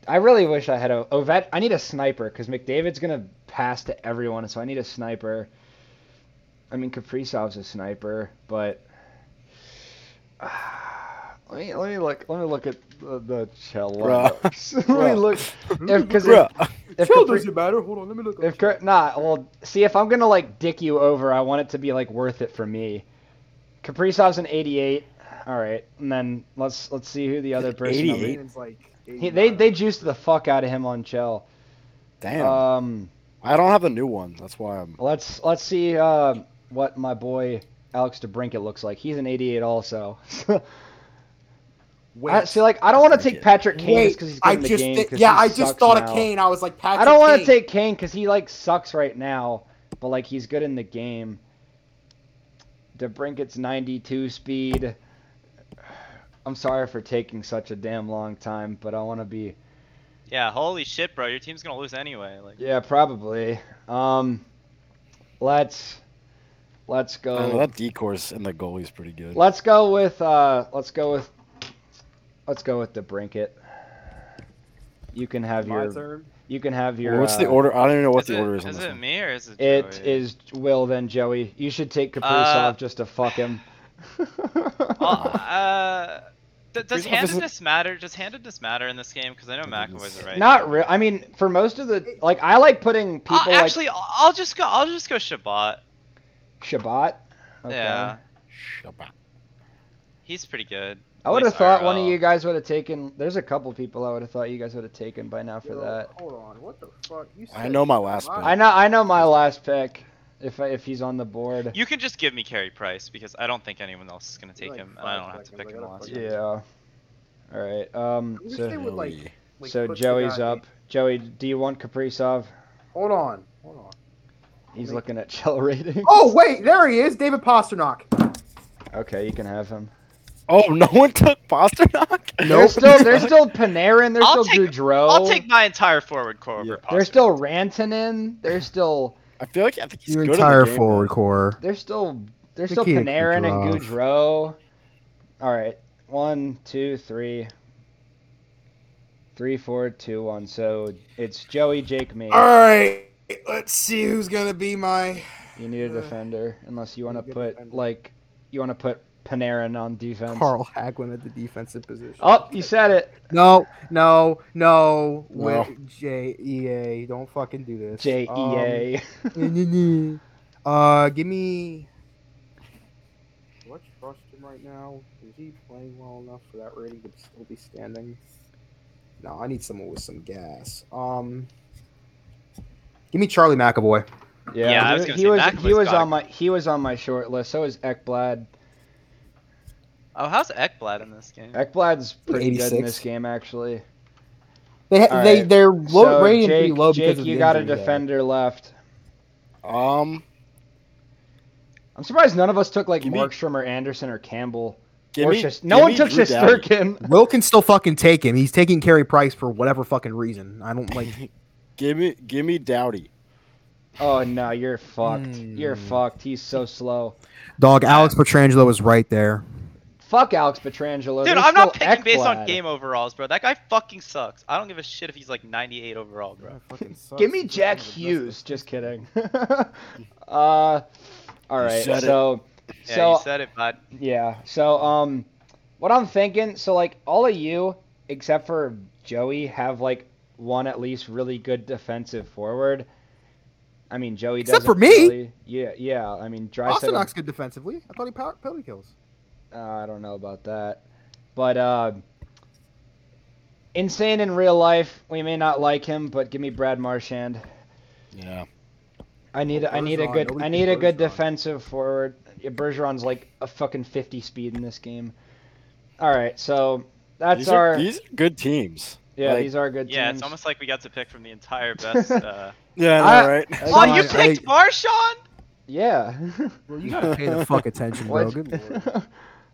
[SPEAKER 2] I really wish I had a Ovet. I need a sniper because McDavid's gonna pass to everyone, so I need a sniper. I mean Kaprizov's a sniper, but let me let me look let me look at the, the shell.
[SPEAKER 4] Bruh.
[SPEAKER 2] lineups. let me
[SPEAKER 4] Bruh.
[SPEAKER 2] look if because if,
[SPEAKER 4] Bruh.
[SPEAKER 2] if
[SPEAKER 8] Chill
[SPEAKER 2] Capri-
[SPEAKER 8] doesn't matter. Hold on, let me look.
[SPEAKER 2] if Kurt, nah, well, see, if I'm gonna like dick you over, I want it to be like worth it for me. Kaprizov's an 88. All right, and then let's let's see who the other person. I'm-
[SPEAKER 4] 88?
[SPEAKER 8] It's like
[SPEAKER 2] He, they they juiced the fuck out of him on Chell.
[SPEAKER 4] Damn.
[SPEAKER 2] Um,
[SPEAKER 4] Uh, I don't have the new one. That's why I'm.
[SPEAKER 2] let's let's see uh, what my boy Alex DeBrinket looks like. He's an 88 also.
[SPEAKER 3] Wait.
[SPEAKER 2] I, see, like I don't want to take
[SPEAKER 4] Wait.
[SPEAKER 2] Patrick Kane
[SPEAKER 3] Wait,
[SPEAKER 2] because he's
[SPEAKER 3] I
[SPEAKER 2] getting the
[SPEAKER 3] just
[SPEAKER 2] game
[SPEAKER 3] thi-
[SPEAKER 2] 'cause
[SPEAKER 3] yeah,
[SPEAKER 2] he
[SPEAKER 3] I just
[SPEAKER 2] sucks
[SPEAKER 3] thought
[SPEAKER 2] now.
[SPEAKER 3] of Kane. I was like, Patrick
[SPEAKER 2] I don't
[SPEAKER 3] want
[SPEAKER 2] want to take Kane because he like sucks right now, but like he's good in the game. DeBrinket's 92 speed. I'm sorry for taking such a damn long time, but I want to be.
[SPEAKER 5] Yeah, holy shit, bro. Your team's gonna lose anyway. Like,
[SPEAKER 2] Yeah, probably. Um, let's let's
[SPEAKER 4] I
[SPEAKER 2] go.
[SPEAKER 4] don't know, that decourse in the goalie's pretty good.
[SPEAKER 2] Let's go with uh let's go with let's go with DeBrinket. You can have
[SPEAKER 7] My
[SPEAKER 2] your
[SPEAKER 7] turn.
[SPEAKER 2] you can have your.
[SPEAKER 4] Well, what's the
[SPEAKER 2] uh,
[SPEAKER 4] order? I don't even know what
[SPEAKER 5] is
[SPEAKER 4] the
[SPEAKER 5] it,
[SPEAKER 4] order is on
[SPEAKER 5] is
[SPEAKER 4] this
[SPEAKER 5] it
[SPEAKER 4] one.
[SPEAKER 5] me or is it?
[SPEAKER 2] It
[SPEAKER 5] Joey?
[SPEAKER 2] is Will then Joey. You should take Kaprizov
[SPEAKER 5] Uh,
[SPEAKER 2] just to fuck him.
[SPEAKER 5] Well, Oh, uh, th- does
[SPEAKER 4] Reason why this is-
[SPEAKER 5] handedness matter? Does handedness matter in this game? Because I know McAvoy's right.
[SPEAKER 2] Not real. I mean, for most of the like, I like putting people
[SPEAKER 5] I'll, Uh, actually, I'll- I'll just go. I'll just go Shabbat.
[SPEAKER 2] like Shabbat. Okay.
[SPEAKER 5] Yeah,
[SPEAKER 4] Shabbat.
[SPEAKER 5] he's pretty good.
[SPEAKER 2] I would have
[SPEAKER 5] Plays
[SPEAKER 2] thought one of
[SPEAKER 5] IRL.
[SPEAKER 2] you guys would have taken. There's a couple people I would have thought you guys would have taken by now for that.
[SPEAKER 8] Hold on. What the fuck? You
[SPEAKER 4] I
[SPEAKER 8] said-
[SPEAKER 4] know my last
[SPEAKER 8] Wow.
[SPEAKER 4] pick.
[SPEAKER 2] I know. I know my last pick. If I, if he's on the board.
[SPEAKER 5] You can just give me Carey Price because I don't think anyone else is gonna take
[SPEAKER 8] Like
[SPEAKER 5] him, and
[SPEAKER 8] five
[SPEAKER 5] I don't have to
[SPEAKER 8] seconds,
[SPEAKER 5] pick
[SPEAKER 8] I
[SPEAKER 5] him
[SPEAKER 8] gotta
[SPEAKER 5] last.
[SPEAKER 8] fucking-
[SPEAKER 5] round.
[SPEAKER 2] Yeah. All right. Um.
[SPEAKER 8] I wish they
[SPEAKER 2] So,
[SPEAKER 8] would like.
[SPEAKER 4] Really?
[SPEAKER 8] like
[SPEAKER 2] so
[SPEAKER 8] put the
[SPEAKER 2] Joey's
[SPEAKER 8] guy-
[SPEAKER 2] up. Joey, do you want Kaprizov?
[SPEAKER 8] Hold on. Hold on.
[SPEAKER 2] He's
[SPEAKER 8] Make-
[SPEAKER 2] looking at shell rating.
[SPEAKER 8] Oh wait, there he is, David Pasternak.
[SPEAKER 2] Okay, you can have him.
[SPEAKER 4] Oh, no one took Pasternak?
[SPEAKER 2] There's still there's still Panarin. There's
[SPEAKER 5] I'll
[SPEAKER 2] still
[SPEAKER 5] take-
[SPEAKER 2] Goudreau.
[SPEAKER 5] I'll take my entire forward core over.
[SPEAKER 4] Yeah.
[SPEAKER 2] There's Oh.
[SPEAKER 5] Pasternak.
[SPEAKER 2] still Rantanen. There's still
[SPEAKER 4] I feel like I think he's
[SPEAKER 3] your
[SPEAKER 4] good at the
[SPEAKER 3] entire
[SPEAKER 4] game,
[SPEAKER 3] forward
[SPEAKER 4] though.
[SPEAKER 3] core.
[SPEAKER 2] there's still there's
[SPEAKER 3] We
[SPEAKER 2] still
[SPEAKER 3] can't
[SPEAKER 2] Panarin and
[SPEAKER 3] keep
[SPEAKER 2] Goudreau. All right, one, two, three, three, four, two, one. So it's Joey, Jake, me.
[SPEAKER 6] Ah!
[SPEAKER 3] All right, let's see who's gonna be my.
[SPEAKER 2] You need a
[SPEAKER 3] Uh,
[SPEAKER 2] defender, unless you want
[SPEAKER 8] need
[SPEAKER 2] to
[SPEAKER 8] a
[SPEAKER 2] put
[SPEAKER 8] defender.
[SPEAKER 2] like you want to put Panarin on defense.
[SPEAKER 3] Carl Haglin at the defensive position.
[SPEAKER 2] Oh, you said it,
[SPEAKER 3] No, no, no.
[SPEAKER 4] No.
[SPEAKER 3] Wi- J E A. Don't fucking do this.
[SPEAKER 2] J E A.
[SPEAKER 3] Um, uh, give me.
[SPEAKER 8] Do I trust him right now? Is he playing well enough for that rating to still be standing?
[SPEAKER 3] No, I need someone with some gas. Um, give me Charlie McAvoy.
[SPEAKER 2] Yeah,
[SPEAKER 5] Yeah,
[SPEAKER 2] he,
[SPEAKER 5] I was
[SPEAKER 2] wa-
[SPEAKER 5] gonna
[SPEAKER 2] he
[SPEAKER 5] say,
[SPEAKER 2] was
[SPEAKER 5] Mac
[SPEAKER 2] he
[SPEAKER 5] was
[SPEAKER 2] was
[SPEAKER 5] gotta
[SPEAKER 2] on my he was on my short list. So is Ekblad.
[SPEAKER 5] Oh, how's Ekblad in this game?
[SPEAKER 2] Ekblad's pretty good in
[SPEAKER 3] 86.
[SPEAKER 2] this game actually.
[SPEAKER 3] They
[SPEAKER 2] All
[SPEAKER 3] they
[SPEAKER 2] right.
[SPEAKER 3] they're low,
[SPEAKER 2] so
[SPEAKER 3] rating
[SPEAKER 2] Jake,
[SPEAKER 3] pretty low because
[SPEAKER 2] Jake,
[SPEAKER 3] of the
[SPEAKER 2] you got a
[SPEAKER 3] injury, though.
[SPEAKER 2] defender left.
[SPEAKER 4] Um,
[SPEAKER 2] I'm surprised none of us took like
[SPEAKER 4] Give me-
[SPEAKER 2] Markstrom or Anderson or Campbell.
[SPEAKER 4] give
[SPEAKER 2] or
[SPEAKER 4] me,
[SPEAKER 2] Shis- no
[SPEAKER 4] give
[SPEAKER 2] one
[SPEAKER 4] me
[SPEAKER 2] took
[SPEAKER 4] Drew Doughty.
[SPEAKER 2] Shisterkin.
[SPEAKER 3] Will can still fucking take him. He's taking Carey Price for whatever fucking reason. I don't like.
[SPEAKER 4] give me, give me Dowdy.
[SPEAKER 2] Oh no, you're fucked. You're
[SPEAKER 3] Hmm.
[SPEAKER 2] fucked. He's so slow.
[SPEAKER 3] Dog, Alex Petrangelo is right there.
[SPEAKER 2] Fuck Alex Petrangelo.
[SPEAKER 5] Dude,
[SPEAKER 2] There's
[SPEAKER 5] I'm not
[SPEAKER 2] still
[SPEAKER 5] picking based on
[SPEAKER 2] Ekblad.
[SPEAKER 5] game overalls, bro. That guy fucking sucks. I don't give a shit if he's like 98 overall, bro.
[SPEAKER 2] Give me Jack Hughes. Just kidding. uh, all right.
[SPEAKER 4] said it.
[SPEAKER 2] So,
[SPEAKER 5] Yeah,
[SPEAKER 2] so
[SPEAKER 5] you said it, bud.
[SPEAKER 2] Yeah. So um what I'm thinking, so like all of you except for Joey have like one at least really good defensive forward. I mean Joey
[SPEAKER 3] Except
[SPEAKER 2] doesn't
[SPEAKER 3] for me?
[SPEAKER 2] really- yeah, yeah. I mean Dry
[SPEAKER 3] Austin Knox good defensively. I thought he power penalty kills.
[SPEAKER 2] uh, I don't know about that. But uh insane in real life, we may not like him, but give me Brad Marchand.
[SPEAKER 4] Yeah.
[SPEAKER 2] I need
[SPEAKER 3] Well,
[SPEAKER 2] I need a
[SPEAKER 3] Bergeron,
[SPEAKER 2] good
[SPEAKER 3] nobody
[SPEAKER 2] I
[SPEAKER 3] can
[SPEAKER 2] need a good
[SPEAKER 3] Bergeron.
[SPEAKER 2] defensive forward. Yeah, Bergeron's like a fucking 50 speed in this game. All right, so that's
[SPEAKER 4] these
[SPEAKER 2] our
[SPEAKER 4] Are, these are good teams.
[SPEAKER 2] yeah,
[SPEAKER 4] like-
[SPEAKER 2] these are good
[SPEAKER 5] Yeah,
[SPEAKER 2] teams.
[SPEAKER 5] it's almost like we got to pick from the entire best. Uh...
[SPEAKER 4] Yeah,
[SPEAKER 2] I-
[SPEAKER 4] all right.
[SPEAKER 2] I-
[SPEAKER 5] oh, you
[SPEAKER 3] I-
[SPEAKER 5] picked Marshawn?
[SPEAKER 2] yeah.
[SPEAKER 3] Well, you gotta pay the fuck attention, bro.
[SPEAKER 2] What?
[SPEAKER 3] Good lord.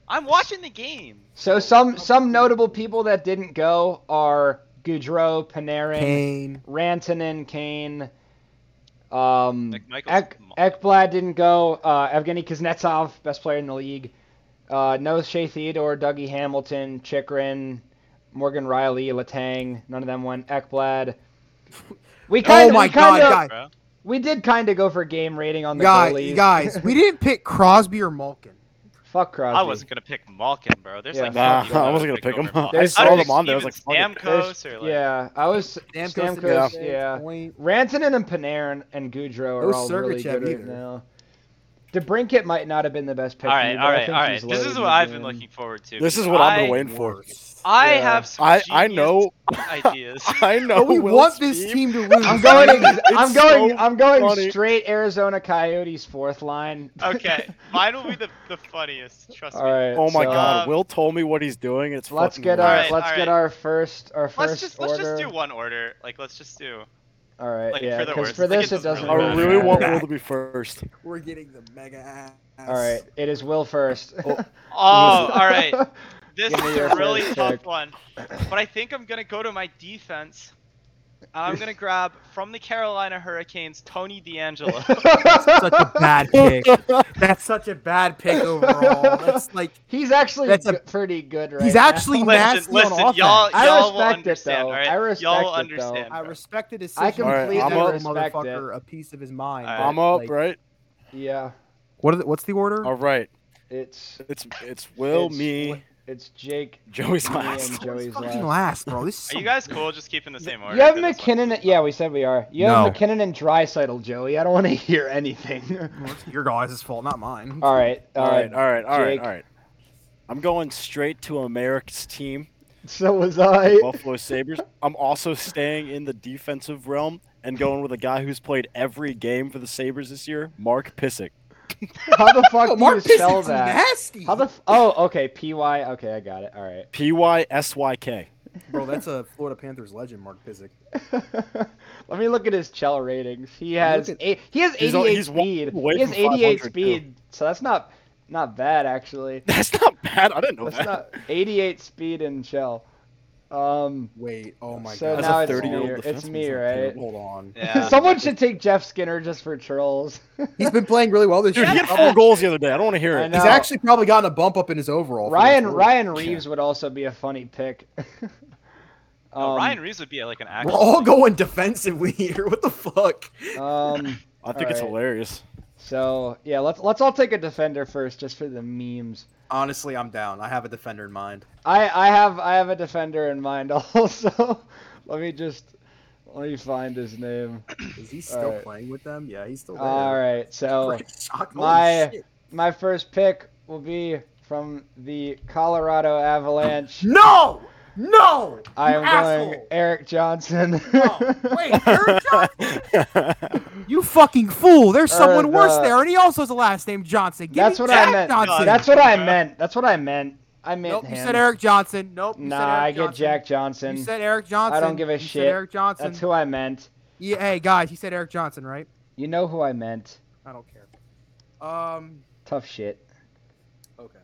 [SPEAKER 5] I'm watching the game.
[SPEAKER 2] So some some notable people that didn't go are Goudreau, Panarin,
[SPEAKER 6] Kane.
[SPEAKER 2] Rantanen, Kane. Um,
[SPEAKER 5] McMichael's
[SPEAKER 2] Ek-
[SPEAKER 5] mom.
[SPEAKER 2] Ekblad didn't go. Uh, Evgeny Kuznetsov, best player in the league. Uh, no Shea Theodore, Dougie Hamilton, Chikrin, Morgan Riley, Latang. None of them went. Ekblad. We kind
[SPEAKER 6] oh
[SPEAKER 2] of,
[SPEAKER 6] my
[SPEAKER 2] we kind
[SPEAKER 6] god,
[SPEAKER 2] of,
[SPEAKER 6] guys.
[SPEAKER 5] bro.
[SPEAKER 2] we did kind of go for game rating on the
[SPEAKER 6] Guys,
[SPEAKER 2] goalies.
[SPEAKER 6] guys, we didn't pick Crosby or Malkin.
[SPEAKER 2] Fuck Crosby.
[SPEAKER 5] I wasn't gonna pick Malkin, bro. There's
[SPEAKER 2] Yeah.
[SPEAKER 5] like
[SPEAKER 4] Nah,
[SPEAKER 5] five people
[SPEAKER 4] I
[SPEAKER 5] that
[SPEAKER 4] wasn't
[SPEAKER 5] would've
[SPEAKER 4] gonna
[SPEAKER 5] picked
[SPEAKER 4] pick
[SPEAKER 5] over
[SPEAKER 4] him. I
[SPEAKER 5] Malkin. I would've
[SPEAKER 4] saw them on there, I was
[SPEAKER 5] picked
[SPEAKER 4] like,
[SPEAKER 5] Steven
[SPEAKER 4] fuck
[SPEAKER 5] Stamkos or like
[SPEAKER 2] Yeah, I was
[SPEAKER 6] Stamkos,
[SPEAKER 2] Stamkos,
[SPEAKER 6] Stamkos
[SPEAKER 2] yeah.
[SPEAKER 6] Point.
[SPEAKER 2] Rantanen and Panarin and Goudreau are
[SPEAKER 6] No
[SPEAKER 2] all really
[SPEAKER 6] Sergachev
[SPEAKER 2] good right
[SPEAKER 6] either.
[SPEAKER 2] now. DeBrinket might not have been the best pick. for
[SPEAKER 5] All right,
[SPEAKER 2] me, but
[SPEAKER 5] all
[SPEAKER 2] I
[SPEAKER 5] right,
[SPEAKER 2] think
[SPEAKER 5] all right.
[SPEAKER 2] he's
[SPEAKER 5] This is
[SPEAKER 2] loaded
[SPEAKER 5] what I've been
[SPEAKER 2] in.
[SPEAKER 5] looking forward to.
[SPEAKER 4] This is what I've been
[SPEAKER 5] I-
[SPEAKER 4] waiting for.
[SPEAKER 5] I
[SPEAKER 2] Yeah.
[SPEAKER 5] have some
[SPEAKER 4] I I
[SPEAKER 5] genius
[SPEAKER 4] know
[SPEAKER 5] ideas.
[SPEAKER 4] I know.
[SPEAKER 6] But we
[SPEAKER 4] Will's
[SPEAKER 6] want this
[SPEAKER 4] team.
[SPEAKER 6] team to lose.
[SPEAKER 2] I'm going. ex- I'm
[SPEAKER 4] It's
[SPEAKER 2] going.
[SPEAKER 4] so
[SPEAKER 2] I'm going
[SPEAKER 4] funny.
[SPEAKER 2] straight Arizona Coyotes fourth line.
[SPEAKER 5] okay, mine will be the, the funniest. Trust
[SPEAKER 2] all
[SPEAKER 5] me.
[SPEAKER 2] right.
[SPEAKER 4] Oh my
[SPEAKER 2] so, uh,
[SPEAKER 4] god,
[SPEAKER 5] Um,
[SPEAKER 4] Will told me what he's doing. It's
[SPEAKER 2] Let's
[SPEAKER 4] fucking
[SPEAKER 2] get our.
[SPEAKER 5] All
[SPEAKER 4] hilarious.
[SPEAKER 5] right,
[SPEAKER 2] let's
[SPEAKER 5] all
[SPEAKER 2] get
[SPEAKER 5] right.
[SPEAKER 2] our first. Our 1st
[SPEAKER 5] Let's just
[SPEAKER 2] order.
[SPEAKER 5] let's just do one order. Like let's just do.
[SPEAKER 2] all right.
[SPEAKER 5] like,
[SPEAKER 2] yeah.
[SPEAKER 5] for the
[SPEAKER 2] Because
[SPEAKER 5] worst.
[SPEAKER 2] for
[SPEAKER 5] Like, it
[SPEAKER 2] this, it
[SPEAKER 5] doesn't
[SPEAKER 2] doesn't.
[SPEAKER 4] I
[SPEAKER 5] really
[SPEAKER 4] really
[SPEAKER 2] matter.
[SPEAKER 4] want Will to be first.
[SPEAKER 6] We're getting the mega ass.
[SPEAKER 2] All right. It is Will first.
[SPEAKER 5] Oh, all right. This
[SPEAKER 2] Give me
[SPEAKER 5] is
[SPEAKER 2] your
[SPEAKER 5] a really
[SPEAKER 2] first
[SPEAKER 5] tough
[SPEAKER 2] pick.
[SPEAKER 5] one, but I think I'm gonna go to my defense. I'm gonna grab from the Carolina Hurricanes Tony D'Angelo.
[SPEAKER 6] Such a bad pick. That's such a bad pick overall. That's like
[SPEAKER 2] He's actually
[SPEAKER 6] That's a-
[SPEAKER 2] go- pretty good right
[SPEAKER 6] he's
[SPEAKER 2] now.
[SPEAKER 6] actually nasty
[SPEAKER 5] listen, listen,
[SPEAKER 6] on offense.
[SPEAKER 5] y'all,
[SPEAKER 2] I
[SPEAKER 5] y'all will
[SPEAKER 2] respect it,
[SPEAKER 5] understand.
[SPEAKER 2] though.
[SPEAKER 5] all right?
[SPEAKER 2] I respect it,
[SPEAKER 5] y'all
[SPEAKER 2] though.
[SPEAKER 5] understand.
[SPEAKER 6] I
[SPEAKER 5] bro.
[SPEAKER 6] respected his
[SPEAKER 2] I
[SPEAKER 6] decision. to
[SPEAKER 4] completely
[SPEAKER 6] give
[SPEAKER 4] respect
[SPEAKER 6] the motherfucker
[SPEAKER 2] it.
[SPEAKER 6] a piece of his mind.
[SPEAKER 5] All right.
[SPEAKER 4] I'm up,
[SPEAKER 6] Like,
[SPEAKER 4] right?
[SPEAKER 2] Yeah.
[SPEAKER 6] What are the, what's the order?
[SPEAKER 4] All right.
[SPEAKER 2] It's
[SPEAKER 4] It's it's Will,
[SPEAKER 2] It's
[SPEAKER 4] me,
[SPEAKER 2] it's Jake.
[SPEAKER 4] Joey's
[SPEAKER 2] me
[SPEAKER 4] last.
[SPEAKER 2] and Joey's
[SPEAKER 6] fucking
[SPEAKER 2] last.
[SPEAKER 6] last, bro. This is
[SPEAKER 5] Are
[SPEAKER 6] some
[SPEAKER 5] you guys cool just keeping the same order?
[SPEAKER 2] You have
[SPEAKER 5] for this one?
[SPEAKER 2] McKinnon. Yeah, we said we are. You have
[SPEAKER 6] No.
[SPEAKER 2] McKinnon and Drysital, Joey. I don't want to hear anything.
[SPEAKER 6] Well, it's your guys' fault, not mine.
[SPEAKER 2] all right.
[SPEAKER 4] All right, all right, all right,
[SPEAKER 2] Jake.
[SPEAKER 4] all right. I'm going straight to America's team,
[SPEAKER 2] So was I.
[SPEAKER 4] Buffalo Sabres. I'm also staying in the defensive realm and going with a guy who's played every game for the Sabres this year, Mark Pissick.
[SPEAKER 2] How the fuck do you
[SPEAKER 6] Mark
[SPEAKER 2] spell
[SPEAKER 6] Pisson's
[SPEAKER 2] that?
[SPEAKER 6] nasty.
[SPEAKER 2] How the? F- oh, okay. P Y. Okay, I got it. All right.
[SPEAKER 4] P Y S Y K.
[SPEAKER 6] Bro, that's a Florida Panthers legend, Mark Pizzic.
[SPEAKER 2] Let me look at his Chell ratings. He
[SPEAKER 6] I'm
[SPEAKER 2] has
[SPEAKER 6] looking-
[SPEAKER 2] eight, he has 88
[SPEAKER 4] He's on- he's one
[SPEAKER 2] speed.
[SPEAKER 4] away
[SPEAKER 2] He has
[SPEAKER 4] from
[SPEAKER 2] 88
[SPEAKER 4] 500 too.
[SPEAKER 2] speed. So that's not not bad actually.
[SPEAKER 4] That's not bad. I didn't know
[SPEAKER 2] That's
[SPEAKER 4] that.
[SPEAKER 2] not 88 speed in Chell. Um,
[SPEAKER 6] Wait, oh my
[SPEAKER 2] So
[SPEAKER 6] god.
[SPEAKER 4] As
[SPEAKER 2] now
[SPEAKER 4] a
[SPEAKER 2] it's
[SPEAKER 4] 30 year
[SPEAKER 2] me.
[SPEAKER 4] old
[SPEAKER 2] It's me, right?
[SPEAKER 6] Hold on.
[SPEAKER 5] Yeah.
[SPEAKER 2] someone should take Jeff Skinner just for trolls.
[SPEAKER 6] He's been playing really well this
[SPEAKER 4] Dude,
[SPEAKER 6] year.
[SPEAKER 4] he had four goals the other day. I don't want to hear
[SPEAKER 2] I
[SPEAKER 4] it.
[SPEAKER 2] know.
[SPEAKER 6] He's actually probably gotten a bump up in his overall. for
[SPEAKER 2] Ryan
[SPEAKER 6] this
[SPEAKER 2] Ryan Reeves would also be a funny pick.
[SPEAKER 5] Oh,
[SPEAKER 2] Um,
[SPEAKER 5] Ryan Reeves would be like an
[SPEAKER 6] year.
[SPEAKER 5] actor.
[SPEAKER 6] We're all going defensively here. What the fuck?
[SPEAKER 2] Um,
[SPEAKER 4] I think it's
[SPEAKER 2] Alright.
[SPEAKER 4] hilarious.
[SPEAKER 2] so yeah, let's let's all take a defender first, just for the memes.
[SPEAKER 6] Honestly, I'm down. I have a defender in mind.
[SPEAKER 2] I I have I have a defender in mind also. let me just let me find his name.
[SPEAKER 6] Is he still
[SPEAKER 2] right.
[SPEAKER 6] playing with them? Yeah, he's still there.
[SPEAKER 2] All right, so
[SPEAKER 6] Freaking shocked. Holy
[SPEAKER 2] my-
[SPEAKER 6] shit.
[SPEAKER 2] my first pick will be from the Colorado Avalanche.
[SPEAKER 6] No! No!
[SPEAKER 2] I
[SPEAKER 6] You
[SPEAKER 2] am going
[SPEAKER 6] asshole!
[SPEAKER 2] Eric Johnson.
[SPEAKER 6] No, wait, Eric Johnson? You fucking fool! There's
[SPEAKER 2] Or
[SPEAKER 6] someone worse
[SPEAKER 2] the-
[SPEAKER 6] there, and he also has a last name Johnson. Give
[SPEAKER 2] That's
[SPEAKER 6] me
[SPEAKER 2] what
[SPEAKER 6] Jack
[SPEAKER 2] I meant.
[SPEAKER 6] Johnson.
[SPEAKER 2] That's what I meant. That's what I meant. I meant
[SPEAKER 6] nope,
[SPEAKER 2] him.
[SPEAKER 6] you said Eric Johnson. Nope. You said
[SPEAKER 2] Nah,
[SPEAKER 6] Eric
[SPEAKER 2] I get
[SPEAKER 6] Johnson.
[SPEAKER 2] Jack Johnson.
[SPEAKER 6] You said Eric Johnson.
[SPEAKER 2] give a
[SPEAKER 6] you
[SPEAKER 2] shit.
[SPEAKER 6] Said Eric Johnson.
[SPEAKER 2] That's who I meant.
[SPEAKER 6] Yeah, hey guys, he said Eric Johnson, right?
[SPEAKER 2] You know who I meant.
[SPEAKER 6] I don't care. Um.
[SPEAKER 2] Tough shit.
[SPEAKER 6] Okay.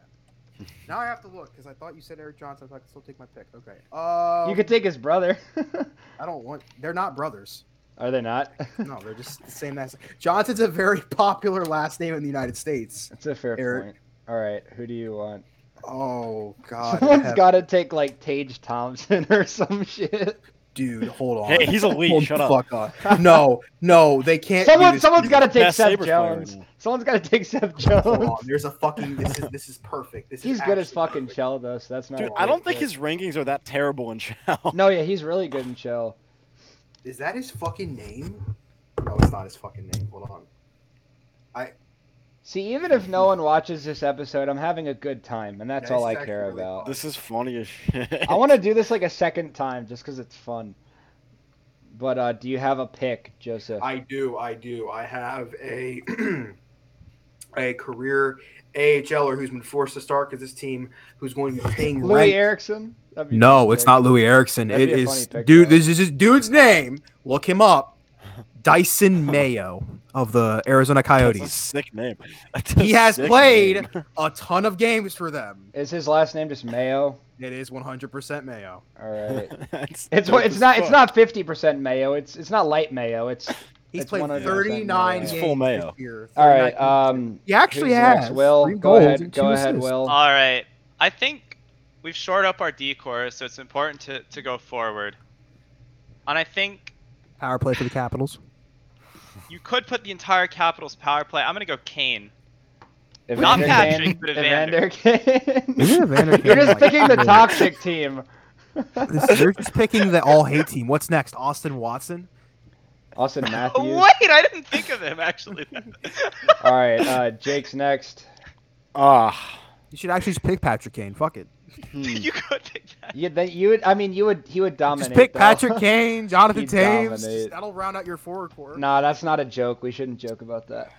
[SPEAKER 6] Now I have to look because I thought you said Eric Johnson. So I can still take my pick. Okay. Um,
[SPEAKER 2] you could take his brother.
[SPEAKER 6] I don't want. They're not brothers.
[SPEAKER 2] Are they not?
[SPEAKER 6] No, they're just the same last. Johnson's a very popular last name in the United States.
[SPEAKER 2] That's a fair
[SPEAKER 6] Eric.
[SPEAKER 2] point. All right, who do you want?
[SPEAKER 6] Oh God.
[SPEAKER 2] Someone's
[SPEAKER 6] heaven.
[SPEAKER 2] got to take like Tage Thompson or some shit.
[SPEAKER 6] dude, hold on.
[SPEAKER 4] Hey, he's elite.
[SPEAKER 6] Hold
[SPEAKER 4] Shut
[SPEAKER 6] the
[SPEAKER 4] up.
[SPEAKER 6] fuck up. No, no, they can't. do
[SPEAKER 2] Someone,
[SPEAKER 6] this
[SPEAKER 2] someone's
[SPEAKER 6] to
[SPEAKER 2] got to
[SPEAKER 6] you.
[SPEAKER 2] take
[SPEAKER 4] Best
[SPEAKER 2] Seth
[SPEAKER 4] Sabres player right
[SPEAKER 2] Jones.
[SPEAKER 4] now.
[SPEAKER 2] Someone's got to take Seth
[SPEAKER 6] Hold
[SPEAKER 2] Jones.
[SPEAKER 6] on, there's a fucking. This is this is perfect. This
[SPEAKER 2] He's
[SPEAKER 6] is
[SPEAKER 2] good as
[SPEAKER 6] actually
[SPEAKER 2] fucking
[SPEAKER 6] perfect.
[SPEAKER 2] Chell though, so that's not.
[SPEAKER 4] Dude,
[SPEAKER 2] a
[SPEAKER 4] I
[SPEAKER 2] great
[SPEAKER 4] don't think
[SPEAKER 2] pick.
[SPEAKER 4] his rankings are that terrible in Chow.
[SPEAKER 2] No, yeah, he's really good in Chell.
[SPEAKER 6] Is that his fucking name? No, it's not his fucking name. Hold on.
[SPEAKER 2] See, even if no one watches this episode, I'm having a good time, and that's
[SPEAKER 6] Yeah,
[SPEAKER 2] all
[SPEAKER 6] this
[SPEAKER 2] I
[SPEAKER 6] is actually
[SPEAKER 2] care
[SPEAKER 6] really
[SPEAKER 2] about.
[SPEAKER 4] This is funny as shit.
[SPEAKER 2] I want to do this like a second time just because it's fun. But uh, do you have a pick, Joseph?
[SPEAKER 6] I do. I do. I have a a career AHLer who's been forced to start because this team who's going to be paying
[SPEAKER 2] Louis
[SPEAKER 6] rent.
[SPEAKER 2] Erickson? That'd be a
[SPEAKER 6] No,
[SPEAKER 2] good
[SPEAKER 6] it's
[SPEAKER 2] pick.
[SPEAKER 6] not Louis Erickson.
[SPEAKER 2] That'd
[SPEAKER 6] it
[SPEAKER 2] be a
[SPEAKER 6] is
[SPEAKER 2] funny pick,
[SPEAKER 6] dude.
[SPEAKER 2] though.
[SPEAKER 6] This is this dude's name. Look him up. Dyson Mayo of the Arizona
[SPEAKER 4] That's a
[SPEAKER 6] Coyotes.
[SPEAKER 4] sick name. That's a
[SPEAKER 6] He has
[SPEAKER 4] sick
[SPEAKER 6] played
[SPEAKER 4] name.
[SPEAKER 6] a ton of games for them.
[SPEAKER 2] Is his last name just Mayo?
[SPEAKER 6] It is 100% Mayo.
[SPEAKER 2] All right.
[SPEAKER 4] That's
[SPEAKER 2] It's
[SPEAKER 4] dope
[SPEAKER 2] it's
[SPEAKER 4] as
[SPEAKER 2] not it's
[SPEAKER 4] fuck.
[SPEAKER 2] not fifty percent mayo. It's it's not light mayo. It's
[SPEAKER 6] He's
[SPEAKER 2] It's
[SPEAKER 6] played
[SPEAKER 2] 100%
[SPEAKER 6] 39
[SPEAKER 2] Mayo.
[SPEAKER 6] games
[SPEAKER 4] It's full Mayo.
[SPEAKER 6] this year.
[SPEAKER 2] all right.
[SPEAKER 6] 39
[SPEAKER 2] Um,
[SPEAKER 6] he actually
[SPEAKER 2] who's
[SPEAKER 6] has.
[SPEAKER 2] next? Will,
[SPEAKER 6] three
[SPEAKER 2] go
[SPEAKER 6] goals
[SPEAKER 2] ahead.
[SPEAKER 6] and
[SPEAKER 2] Go
[SPEAKER 6] two
[SPEAKER 2] ahead,
[SPEAKER 6] assists.
[SPEAKER 2] Will.
[SPEAKER 5] All right. I think we've shored up our decor, so it's important to, to go forward. And I think
[SPEAKER 6] Power play for the Capitals.
[SPEAKER 5] you could put the entire Capitals power play. I'm going to go Kane.
[SPEAKER 2] Evander
[SPEAKER 5] Not
[SPEAKER 2] Kane-
[SPEAKER 5] Patrick, but
[SPEAKER 2] Evander
[SPEAKER 5] Evander.
[SPEAKER 2] Kane.
[SPEAKER 6] Evander
[SPEAKER 2] You're
[SPEAKER 6] Kane,
[SPEAKER 2] just
[SPEAKER 6] like,
[SPEAKER 2] picking the
[SPEAKER 6] really.
[SPEAKER 2] toxic team.
[SPEAKER 6] This- You're just picking the all hate team. What's next? Austin Watson?
[SPEAKER 2] Austin Matthews.
[SPEAKER 5] Oh, wait, I didn't think of him, actually.
[SPEAKER 2] All right. Uh, Jake's next.
[SPEAKER 4] Ah.
[SPEAKER 6] You should actually just pick Patrick Kane. Fuck it.
[SPEAKER 4] hmm.
[SPEAKER 5] you could think that.
[SPEAKER 2] You that you would. I mean, you would. He would dominate.
[SPEAKER 6] Just pick
[SPEAKER 2] though.
[SPEAKER 6] Patrick Kane, Jonathan
[SPEAKER 2] He'd
[SPEAKER 6] Taves.
[SPEAKER 2] dominate.
[SPEAKER 6] That'll round out your forward core.
[SPEAKER 2] nah, that's not a joke. We shouldn't joke about that.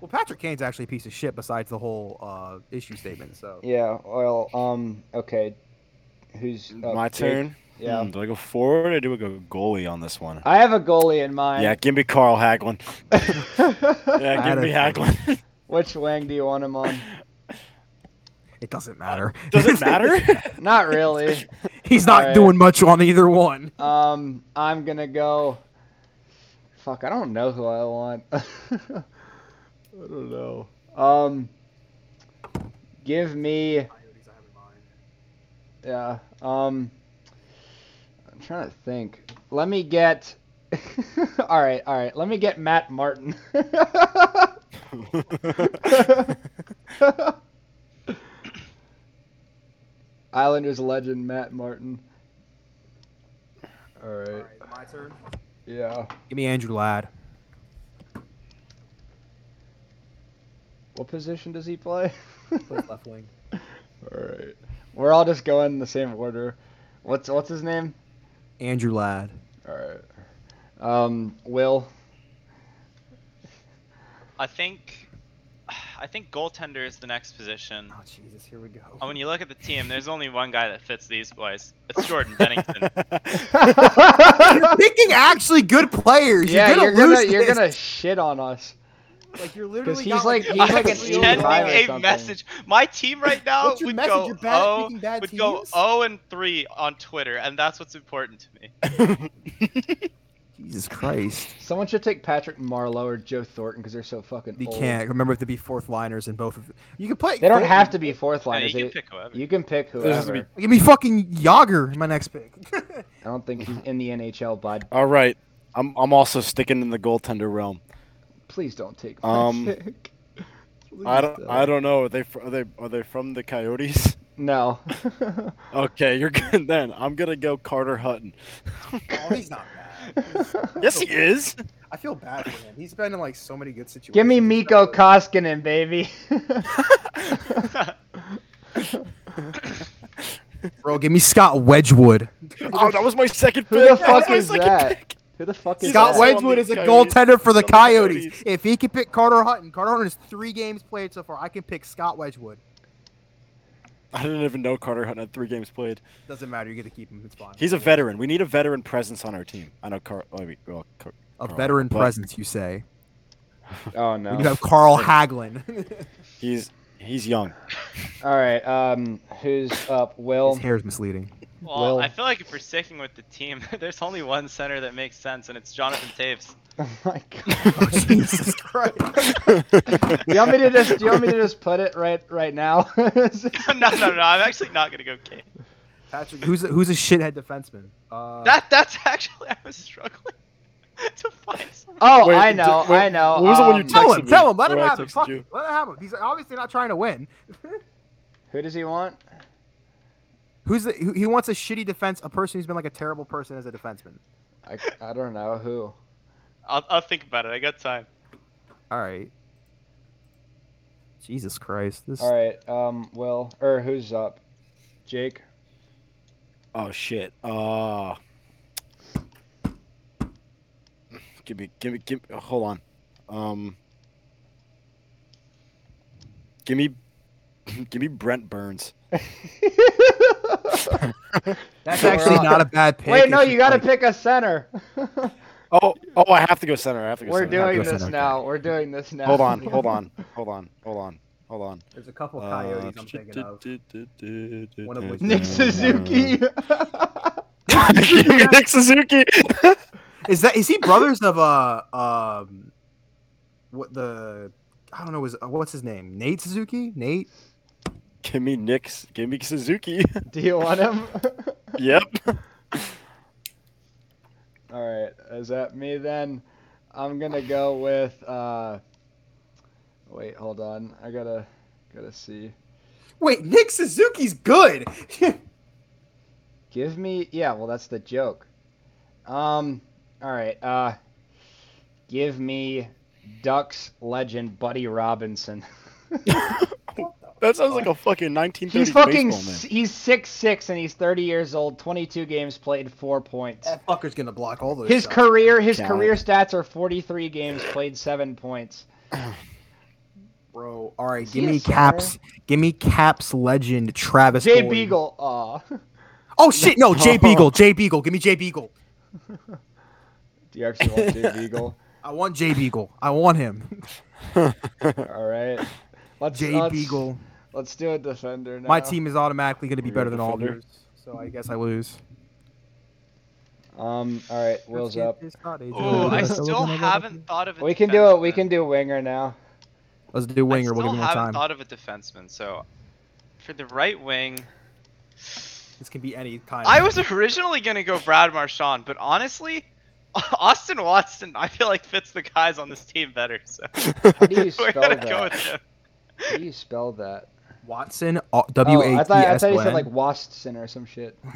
[SPEAKER 6] Well, Patrick Kane's actually a piece of shit besides the whole uh, issue statement. So
[SPEAKER 2] Yeah. Well. Um. Okay. Who's oh,
[SPEAKER 4] My
[SPEAKER 2] Jake.
[SPEAKER 4] turn.
[SPEAKER 2] Yeah.
[SPEAKER 4] Hmm, do I go forward or do I go goalie on this one?
[SPEAKER 2] I have a goalie in mind.
[SPEAKER 4] Yeah, give me Carl Haglin. Yeah,
[SPEAKER 6] I
[SPEAKER 4] give me
[SPEAKER 6] don't
[SPEAKER 4] Haglin.
[SPEAKER 2] Which wing do you want him on?
[SPEAKER 6] it doesn't matter.
[SPEAKER 4] Does it matter?
[SPEAKER 2] Not really.
[SPEAKER 6] He's not
[SPEAKER 2] Alright.
[SPEAKER 6] doing much on either one.
[SPEAKER 2] Um, I'm gonna go. Fuck, I don't know who I want. I don't know. Um, give me.
[SPEAKER 3] Coyotes I have in mind.
[SPEAKER 2] Yeah. Um, I'm trying to think. Let me get. all right, all right. Let me get Matt Martin. Islanders legend Matt Martin. All
[SPEAKER 3] All
[SPEAKER 2] right.
[SPEAKER 3] right, my turn.
[SPEAKER 2] Yeah.
[SPEAKER 6] Give me Andrew Ladd.
[SPEAKER 2] What position does he play?
[SPEAKER 6] Plays left wing.
[SPEAKER 2] Alright. We're all just going in the same order. What's what's his name?
[SPEAKER 6] Andrew Ladd.
[SPEAKER 2] Alright. Um, Will.
[SPEAKER 5] I think, I think goaltender is the next position.
[SPEAKER 6] Oh Jesus, here we go.
[SPEAKER 5] And when you look at the team, there's only one guy that fits these boys. It's Jordan Bennington.
[SPEAKER 6] You're picking actually good players.
[SPEAKER 2] yeah,
[SPEAKER 6] you're gonna
[SPEAKER 2] you're gonna
[SPEAKER 6] lose
[SPEAKER 2] you're
[SPEAKER 6] this.
[SPEAKER 2] gonna shit on us.
[SPEAKER 6] like you're literally.
[SPEAKER 2] Because he's
[SPEAKER 6] got,
[SPEAKER 2] like he's
[SPEAKER 5] I'm
[SPEAKER 2] like an
[SPEAKER 6] three old
[SPEAKER 2] 85
[SPEAKER 5] sending
[SPEAKER 2] or
[SPEAKER 5] a
[SPEAKER 2] something.
[SPEAKER 5] message. My team right now
[SPEAKER 6] What's your
[SPEAKER 5] would
[SPEAKER 6] message?
[SPEAKER 5] go
[SPEAKER 6] You're bad at
[SPEAKER 5] oh,
[SPEAKER 6] picking bad
[SPEAKER 5] would go
[SPEAKER 6] teams?
[SPEAKER 5] 0 and 3 on Twitter, and that's what's important to me.
[SPEAKER 6] Jesus Christ.
[SPEAKER 2] Someone should take Patrick Marlowe or Joe Thornton because they're so fucking
[SPEAKER 6] You
[SPEAKER 7] Oh.
[SPEAKER 2] old.
[SPEAKER 6] can't remember to be fourth liners in both of. You can play.
[SPEAKER 2] They don't have to be fourth
[SPEAKER 5] Yeah,
[SPEAKER 2] liners.
[SPEAKER 5] you can
[SPEAKER 2] they-
[SPEAKER 5] pick whoever.
[SPEAKER 2] you can pick
[SPEAKER 4] has to
[SPEAKER 2] whoever.
[SPEAKER 4] be-
[SPEAKER 6] Give me fucking Yager in my next pick.
[SPEAKER 7] Oh,
[SPEAKER 2] I don't think he's in the NHL, bud.
[SPEAKER 4] All right. I'm I'm also sticking in the goaltender realm.
[SPEAKER 2] Please don't take
[SPEAKER 4] Um,
[SPEAKER 2] Patrick.
[SPEAKER 4] I
[SPEAKER 2] Please
[SPEAKER 4] don't I don't know. Are they fr- are they are they from the Coyotes?
[SPEAKER 2] No.
[SPEAKER 4] Okay, you're good then. I'm gonna go Carter Hutton.
[SPEAKER 7] Oh, he's not bad.
[SPEAKER 4] Yes, he is.
[SPEAKER 7] I feel bad for him. He's been in like so many good situations.
[SPEAKER 2] Give me
[SPEAKER 7] He's
[SPEAKER 2] Miko
[SPEAKER 7] not-
[SPEAKER 2] Koskinen, baby.
[SPEAKER 6] Bro, give me Scott Wedgwood.
[SPEAKER 4] Oh, that was my second
[SPEAKER 2] Who
[SPEAKER 4] pick.
[SPEAKER 2] the
[SPEAKER 4] That was
[SPEAKER 2] fuck
[SPEAKER 4] my
[SPEAKER 2] is
[SPEAKER 4] second
[SPEAKER 2] that?
[SPEAKER 4] pick.
[SPEAKER 2] Who the fuck is
[SPEAKER 6] Scott
[SPEAKER 2] that?
[SPEAKER 4] also Wade-
[SPEAKER 6] Wedgwood
[SPEAKER 4] on
[SPEAKER 6] is
[SPEAKER 4] the
[SPEAKER 6] a
[SPEAKER 4] Coyotes.
[SPEAKER 6] goaltender for the
[SPEAKER 4] He's on the
[SPEAKER 6] Coyotes.
[SPEAKER 4] Coyotes.
[SPEAKER 6] If he can pick Carter Hutton, Carter Hutton has three games played so far. I can pick Scott Wedgwood.
[SPEAKER 4] I didn't even know Carter Hutton had three games played.
[SPEAKER 6] Doesn't matter. You get to keep him. It's fine.
[SPEAKER 4] He's a veteran. We need a veteran presence on our team. I know Car. Oh, wait, well, Car-
[SPEAKER 6] a
[SPEAKER 4] Carl,
[SPEAKER 6] veteran
[SPEAKER 4] but
[SPEAKER 6] presence, you say.
[SPEAKER 2] Oh
[SPEAKER 6] When you
[SPEAKER 2] no.
[SPEAKER 6] have Carl Haglin.
[SPEAKER 4] He's he's young.
[SPEAKER 2] All right. Um, who's up? Will.
[SPEAKER 6] His hair is misleading.
[SPEAKER 5] Well,
[SPEAKER 2] Will.
[SPEAKER 5] I feel like if we're sticking with the team, there's only one center that makes sense, and it's Jonathan Taves.
[SPEAKER 2] Oh my
[SPEAKER 6] Oh,
[SPEAKER 2] god.
[SPEAKER 6] Jesus Christ.
[SPEAKER 2] do you want me to just? Do you want me to just put it right right now? Uh,
[SPEAKER 5] no, no, no. I'm actually not gonna go Kane.
[SPEAKER 6] Patrick, who's a, who's a shithead defenseman? Uh,
[SPEAKER 5] That that's actually I was struggling to find. Someone.
[SPEAKER 2] oh,
[SPEAKER 4] Wait,
[SPEAKER 2] I
[SPEAKER 4] d-
[SPEAKER 2] know.
[SPEAKER 4] wait,
[SPEAKER 2] I know.
[SPEAKER 4] what was the one you
[SPEAKER 2] um,
[SPEAKER 6] tell
[SPEAKER 4] texted
[SPEAKER 6] him,
[SPEAKER 4] me
[SPEAKER 6] tell him, let him
[SPEAKER 4] or I
[SPEAKER 6] have it.
[SPEAKER 4] texted
[SPEAKER 6] Fuck
[SPEAKER 4] you.
[SPEAKER 6] it, Let him have him. He's obviously not trying to win.
[SPEAKER 2] Who does he want?
[SPEAKER 6] Who's the, who, he wants a shitty defense, a person who's been like a terrible person as a defenseman.
[SPEAKER 2] I, I don't know who.
[SPEAKER 5] I'll, I'll think about it. I got time.
[SPEAKER 6] All right. Jesus Christ. This
[SPEAKER 2] All right. Um, Will or who's up? Jake.
[SPEAKER 4] Oh shit. Uh Give me, give me, give me. Hold on. Um. Give me, give me Brent Burns.
[SPEAKER 6] that's
[SPEAKER 2] We're
[SPEAKER 6] actually
[SPEAKER 2] on.
[SPEAKER 6] not a bad pick.
[SPEAKER 2] Wait, no,
[SPEAKER 6] It's
[SPEAKER 2] you got to
[SPEAKER 6] like-
[SPEAKER 2] pick a center.
[SPEAKER 4] Oh, oh, I have to go center. I have to go
[SPEAKER 2] We're
[SPEAKER 4] center. I have to
[SPEAKER 2] doing
[SPEAKER 4] go
[SPEAKER 2] this
[SPEAKER 4] center.
[SPEAKER 2] now. We're doing this now.
[SPEAKER 4] Hold on, hold on, hold on, hold on, hold on.
[SPEAKER 6] There's a couple
[SPEAKER 4] Uh,
[SPEAKER 6] coyotes I'm thinking of. One of which-
[SPEAKER 2] Nick Suzuki.
[SPEAKER 4] Uh, Nick Suzuki.
[SPEAKER 6] Is uh, that is he brothers of uh um what the I don't know is uh, what's his name Nate Suzuki Nate
[SPEAKER 4] give me Nick's. Give me Suzuki.
[SPEAKER 2] Do you want him?
[SPEAKER 4] yep.
[SPEAKER 2] All right. Is that me then? I'm gonna go with. uh Wait, hold on. I gotta gotta see.
[SPEAKER 7] Wait, Nick Suzuki's good.
[SPEAKER 2] Give me. Yeah. Well, that's the joke. Um. All right. Uh. Give me Ducks legend Buddy Robinson.
[SPEAKER 4] That sounds like a fucking 1930s
[SPEAKER 2] He's fucking.
[SPEAKER 4] baseball man.
[SPEAKER 2] s- He's six six and he's thirty years old. Twenty two games played, four points.
[SPEAKER 6] that fucker's gonna block all those
[SPEAKER 2] His
[SPEAKER 6] shots.
[SPEAKER 2] career his
[SPEAKER 4] Got
[SPEAKER 2] career stats are 43 games played, 7 points.
[SPEAKER 6] bro all right
[SPEAKER 2] Is
[SPEAKER 6] give
[SPEAKER 2] he a
[SPEAKER 6] me
[SPEAKER 2] center?
[SPEAKER 6] caps give me caps legend Travis
[SPEAKER 2] Jay
[SPEAKER 6] Boyd.
[SPEAKER 2] Beagle. Aw.
[SPEAKER 6] oh shit no Jay
[SPEAKER 4] No.
[SPEAKER 6] Beagle Jay Beagle give me Jay Beagle
[SPEAKER 2] Do you actually want Jay Beagle?
[SPEAKER 6] I want Jay Beagle I want him
[SPEAKER 2] All right. Let's,
[SPEAKER 6] Jay
[SPEAKER 2] let's-
[SPEAKER 6] Beagle
[SPEAKER 2] Let's do a defender now.
[SPEAKER 6] my team is automatically gonna be better than all of
[SPEAKER 4] Defender.
[SPEAKER 6] yours so I guess I lose
[SPEAKER 2] Um all right, Will's up.
[SPEAKER 5] Oh, I
[SPEAKER 6] Let's
[SPEAKER 5] still haven't thought of it.
[SPEAKER 2] We can do it. We can do winger now.
[SPEAKER 6] let's do winger
[SPEAKER 5] I
[SPEAKER 6] we'll give
[SPEAKER 5] still
[SPEAKER 6] him more
[SPEAKER 5] haven't
[SPEAKER 6] time
[SPEAKER 5] thought of a defenseman, so for the right wing,
[SPEAKER 6] this can be any time
[SPEAKER 5] I was originally gonna go Brad Marchand, but honestly, Austin Watson I feel like fits the guys on this team better. So
[SPEAKER 2] How do you spell
[SPEAKER 5] we're gonna
[SPEAKER 2] that?
[SPEAKER 5] go with him.
[SPEAKER 2] How do you spell that?
[SPEAKER 6] Watson uh, W
[SPEAKER 2] oh,
[SPEAKER 6] A
[SPEAKER 2] I
[SPEAKER 6] T
[SPEAKER 2] thought I
[SPEAKER 6] S
[SPEAKER 2] thought
[SPEAKER 6] O
[SPEAKER 2] you said like
[SPEAKER 6] N.
[SPEAKER 2] Watson or some shit.
[SPEAKER 5] No,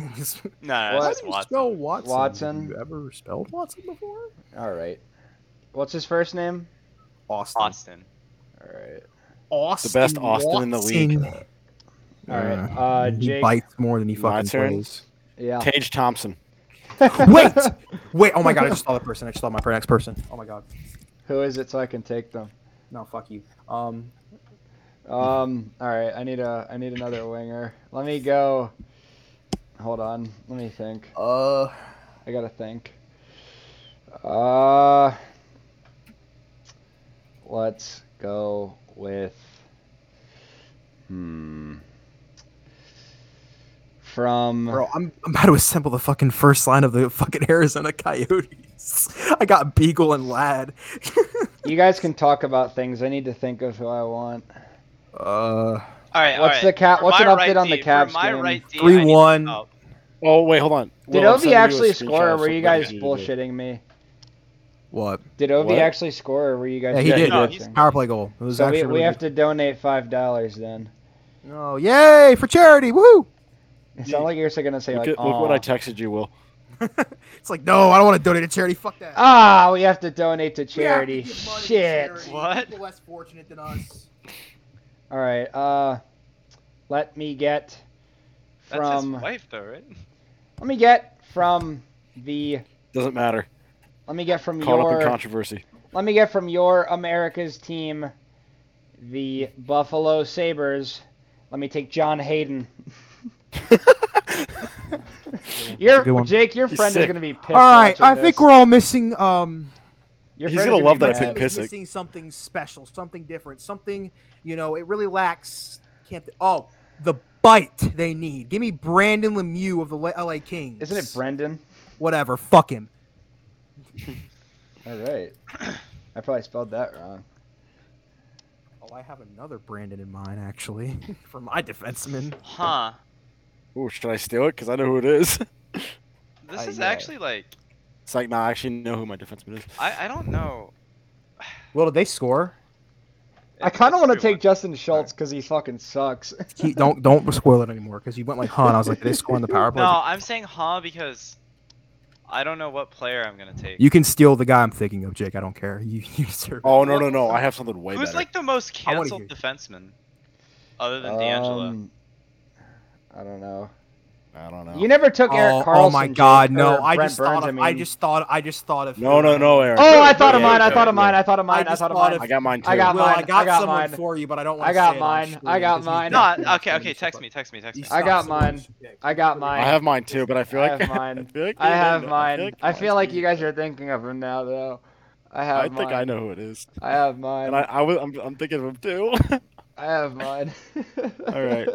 [SPEAKER 5] no,
[SPEAKER 2] What?
[SPEAKER 5] it's Watson.
[SPEAKER 6] spell Watson?
[SPEAKER 2] Watson.
[SPEAKER 6] Have you ever spelled Watson before?
[SPEAKER 2] All right. What's his first name?
[SPEAKER 6] Austin.
[SPEAKER 5] Austin.
[SPEAKER 2] All right.
[SPEAKER 6] Austin.
[SPEAKER 4] best Austin in the league.
[SPEAKER 6] Watson.
[SPEAKER 2] All right.
[SPEAKER 6] Uh,
[SPEAKER 2] Uh
[SPEAKER 6] he
[SPEAKER 2] Jake.
[SPEAKER 6] bites more than he
[SPEAKER 4] My
[SPEAKER 6] fucking
[SPEAKER 4] turn.
[SPEAKER 6] plays.
[SPEAKER 2] Yeah.
[SPEAKER 4] Tage Thompson.
[SPEAKER 6] Wait, wait! Oh my god! I just saw the person. I just saw my next person. Oh my god!
[SPEAKER 2] Who is it so I can take them?
[SPEAKER 6] No, fuck you. Um,
[SPEAKER 2] Um. All right. I need a. I need another winger. Let me go. Hold on. Let me think.
[SPEAKER 6] uh,
[SPEAKER 2] I gotta think. Uh. Let's go with. Hmm. From.
[SPEAKER 6] bro, I'm, I'm about to assemble the fucking first line of the fucking Arizona Coyotes. I got Beagle and Lad.
[SPEAKER 2] You guys can talk about things. I need to think of who I want.
[SPEAKER 6] uh,
[SPEAKER 5] All right. all
[SPEAKER 2] What's
[SPEAKER 5] right.
[SPEAKER 2] the cap-
[SPEAKER 5] For
[SPEAKER 2] what's
[SPEAKER 5] my
[SPEAKER 2] an update
[SPEAKER 5] right
[SPEAKER 2] on the
[SPEAKER 5] D- for
[SPEAKER 2] Cavs
[SPEAKER 5] my
[SPEAKER 2] game?
[SPEAKER 5] right D, I need
[SPEAKER 6] 3-1.
[SPEAKER 5] some help.
[SPEAKER 4] Oh wait, hold on.
[SPEAKER 2] Did
[SPEAKER 4] Will, I'm
[SPEAKER 2] Ovi
[SPEAKER 4] sending you a
[SPEAKER 2] actually
[SPEAKER 4] screenshot
[SPEAKER 2] score or
[SPEAKER 4] of
[SPEAKER 2] were you
[SPEAKER 4] something
[SPEAKER 2] guys
[SPEAKER 4] did.
[SPEAKER 2] bullshitting me?
[SPEAKER 6] what?
[SPEAKER 2] Did Ovi
[SPEAKER 4] What?
[SPEAKER 2] actually score or were you guys
[SPEAKER 6] Yeah, he did.
[SPEAKER 5] No,
[SPEAKER 2] bullshitting?
[SPEAKER 5] he's-
[SPEAKER 6] Power play goal. It was
[SPEAKER 2] So
[SPEAKER 6] actually
[SPEAKER 2] we, we
[SPEAKER 6] really
[SPEAKER 2] have to donate five dollars then.
[SPEAKER 6] good. Oh, yay for charity! Woo!
[SPEAKER 2] It sounded like you were gonna say
[SPEAKER 4] Look,
[SPEAKER 2] like,
[SPEAKER 4] at, look what I
[SPEAKER 2] "Aw."
[SPEAKER 4] texted you, Will.
[SPEAKER 6] It's like, no, I don't want to donate to charity. Fuck that.
[SPEAKER 2] ah, we have to donate to
[SPEAKER 6] We have to
[SPEAKER 2] charity.
[SPEAKER 6] give money to
[SPEAKER 2] Shit.
[SPEAKER 6] charity.
[SPEAKER 5] What?
[SPEAKER 6] People less fortunate than us.
[SPEAKER 2] All right. Uh, let me get
[SPEAKER 5] That's his
[SPEAKER 2] from.
[SPEAKER 5] wife, though, right?
[SPEAKER 2] Let me get from the.
[SPEAKER 4] Doesn't matter.
[SPEAKER 2] Let me get from
[SPEAKER 4] Caught up in
[SPEAKER 2] your.
[SPEAKER 4] controversy.
[SPEAKER 2] Let me get from your America's team, the Buffalo Sabers. Let me take John Hayden.
[SPEAKER 6] Good
[SPEAKER 2] your
[SPEAKER 6] one.
[SPEAKER 2] Jake, your
[SPEAKER 4] He's
[SPEAKER 2] friend is
[SPEAKER 4] sick.
[SPEAKER 2] gonna be pissed.
[SPEAKER 6] All right,
[SPEAKER 2] watching
[SPEAKER 6] I think
[SPEAKER 2] this.
[SPEAKER 6] we're all missing. Um,
[SPEAKER 2] Your
[SPEAKER 4] He's
[SPEAKER 2] friend
[SPEAKER 4] gonna
[SPEAKER 2] is
[SPEAKER 4] love
[SPEAKER 2] be
[SPEAKER 4] that I
[SPEAKER 2] mad.
[SPEAKER 4] picked
[SPEAKER 6] is
[SPEAKER 4] Pissick.
[SPEAKER 6] missing something special, something different, something you know. It really lacks. Can't. oh, the bite they need. Give me Brandon Lemieux of the La- LA Kings.
[SPEAKER 2] Isn't it Brendan?
[SPEAKER 6] Whatever. Fuck him.
[SPEAKER 2] All right. I probably spelled that wrong.
[SPEAKER 6] Oh, I have another Brandon in mind actually for my defenseman.
[SPEAKER 5] Huh.
[SPEAKER 4] Ooh, should I steal it? Cause I know who it is.
[SPEAKER 5] This
[SPEAKER 2] I
[SPEAKER 5] is
[SPEAKER 2] know.
[SPEAKER 5] actually like
[SPEAKER 4] It's like, nah, I actually know who my defenseman is.
[SPEAKER 5] I, I don't know.
[SPEAKER 6] Well, did they score?
[SPEAKER 2] I kind of want to
[SPEAKER 5] Everyone.
[SPEAKER 2] take Justin Schultz because he fucking sucks.
[SPEAKER 6] He, don't don't spoil it anymore because you went like, huh? And I was like, did they score on the power play?
[SPEAKER 5] No, I'm saying huh because I don't know what player I'm gonna take.
[SPEAKER 6] You can steal the guy I'm thinking of, Jake. I don't care. You, you deserve.
[SPEAKER 4] Oh no no no! I have something way
[SPEAKER 5] Who's
[SPEAKER 4] better.
[SPEAKER 5] like the most
[SPEAKER 6] I wanna
[SPEAKER 5] canceled
[SPEAKER 6] hear-
[SPEAKER 5] defenseman, other than D'Angelo?
[SPEAKER 2] Um, I Um, don't know.
[SPEAKER 4] I don't know.
[SPEAKER 2] You never took
[SPEAKER 6] oh,
[SPEAKER 2] Eric Carlson.
[SPEAKER 6] oh my
[SPEAKER 2] Jake,
[SPEAKER 6] God,
[SPEAKER 2] or
[SPEAKER 6] no! I
[SPEAKER 2] Brent
[SPEAKER 6] just
[SPEAKER 2] Burns,
[SPEAKER 6] thought of, I,
[SPEAKER 2] mean.
[SPEAKER 6] just thought I just thought of
[SPEAKER 4] no, no, no, Eric.
[SPEAKER 2] Oh, I thought of
[SPEAKER 4] Yeah,
[SPEAKER 2] mine. I
[SPEAKER 4] okay,
[SPEAKER 2] thought of
[SPEAKER 4] yeah.
[SPEAKER 2] mine. I thought of
[SPEAKER 6] I
[SPEAKER 2] mine. I
[SPEAKER 6] just
[SPEAKER 2] thought of
[SPEAKER 6] thought
[SPEAKER 2] mine.
[SPEAKER 6] of-
[SPEAKER 4] I got mine too.
[SPEAKER 2] I got
[SPEAKER 6] Will, I
[SPEAKER 2] mine.
[SPEAKER 6] got,
[SPEAKER 2] I got
[SPEAKER 6] someone
[SPEAKER 2] mine.
[SPEAKER 6] for you, but I don't want
[SPEAKER 2] I
[SPEAKER 6] to.
[SPEAKER 2] got
[SPEAKER 6] say
[SPEAKER 2] mine.
[SPEAKER 6] It,
[SPEAKER 2] I got mine.
[SPEAKER 5] No, I- okay, okay. Text me, text me, text me.
[SPEAKER 2] I got mine. I got mine.
[SPEAKER 4] I have mine too, but I feel
[SPEAKER 2] I
[SPEAKER 4] like
[SPEAKER 2] have mine.
[SPEAKER 4] feel like
[SPEAKER 2] I
[SPEAKER 4] you
[SPEAKER 2] have
[SPEAKER 4] know.
[SPEAKER 2] mine.
[SPEAKER 4] like
[SPEAKER 2] I feel like you
[SPEAKER 4] mine's
[SPEAKER 2] guys are thinking of him now, though. I
[SPEAKER 4] me.
[SPEAKER 2] have
[SPEAKER 4] I
[SPEAKER 2] mine.
[SPEAKER 4] think I know who it is,
[SPEAKER 2] I have mine.
[SPEAKER 4] and I, I was, I'm, I'm thinking of him too.
[SPEAKER 2] I have mine.
[SPEAKER 4] All right.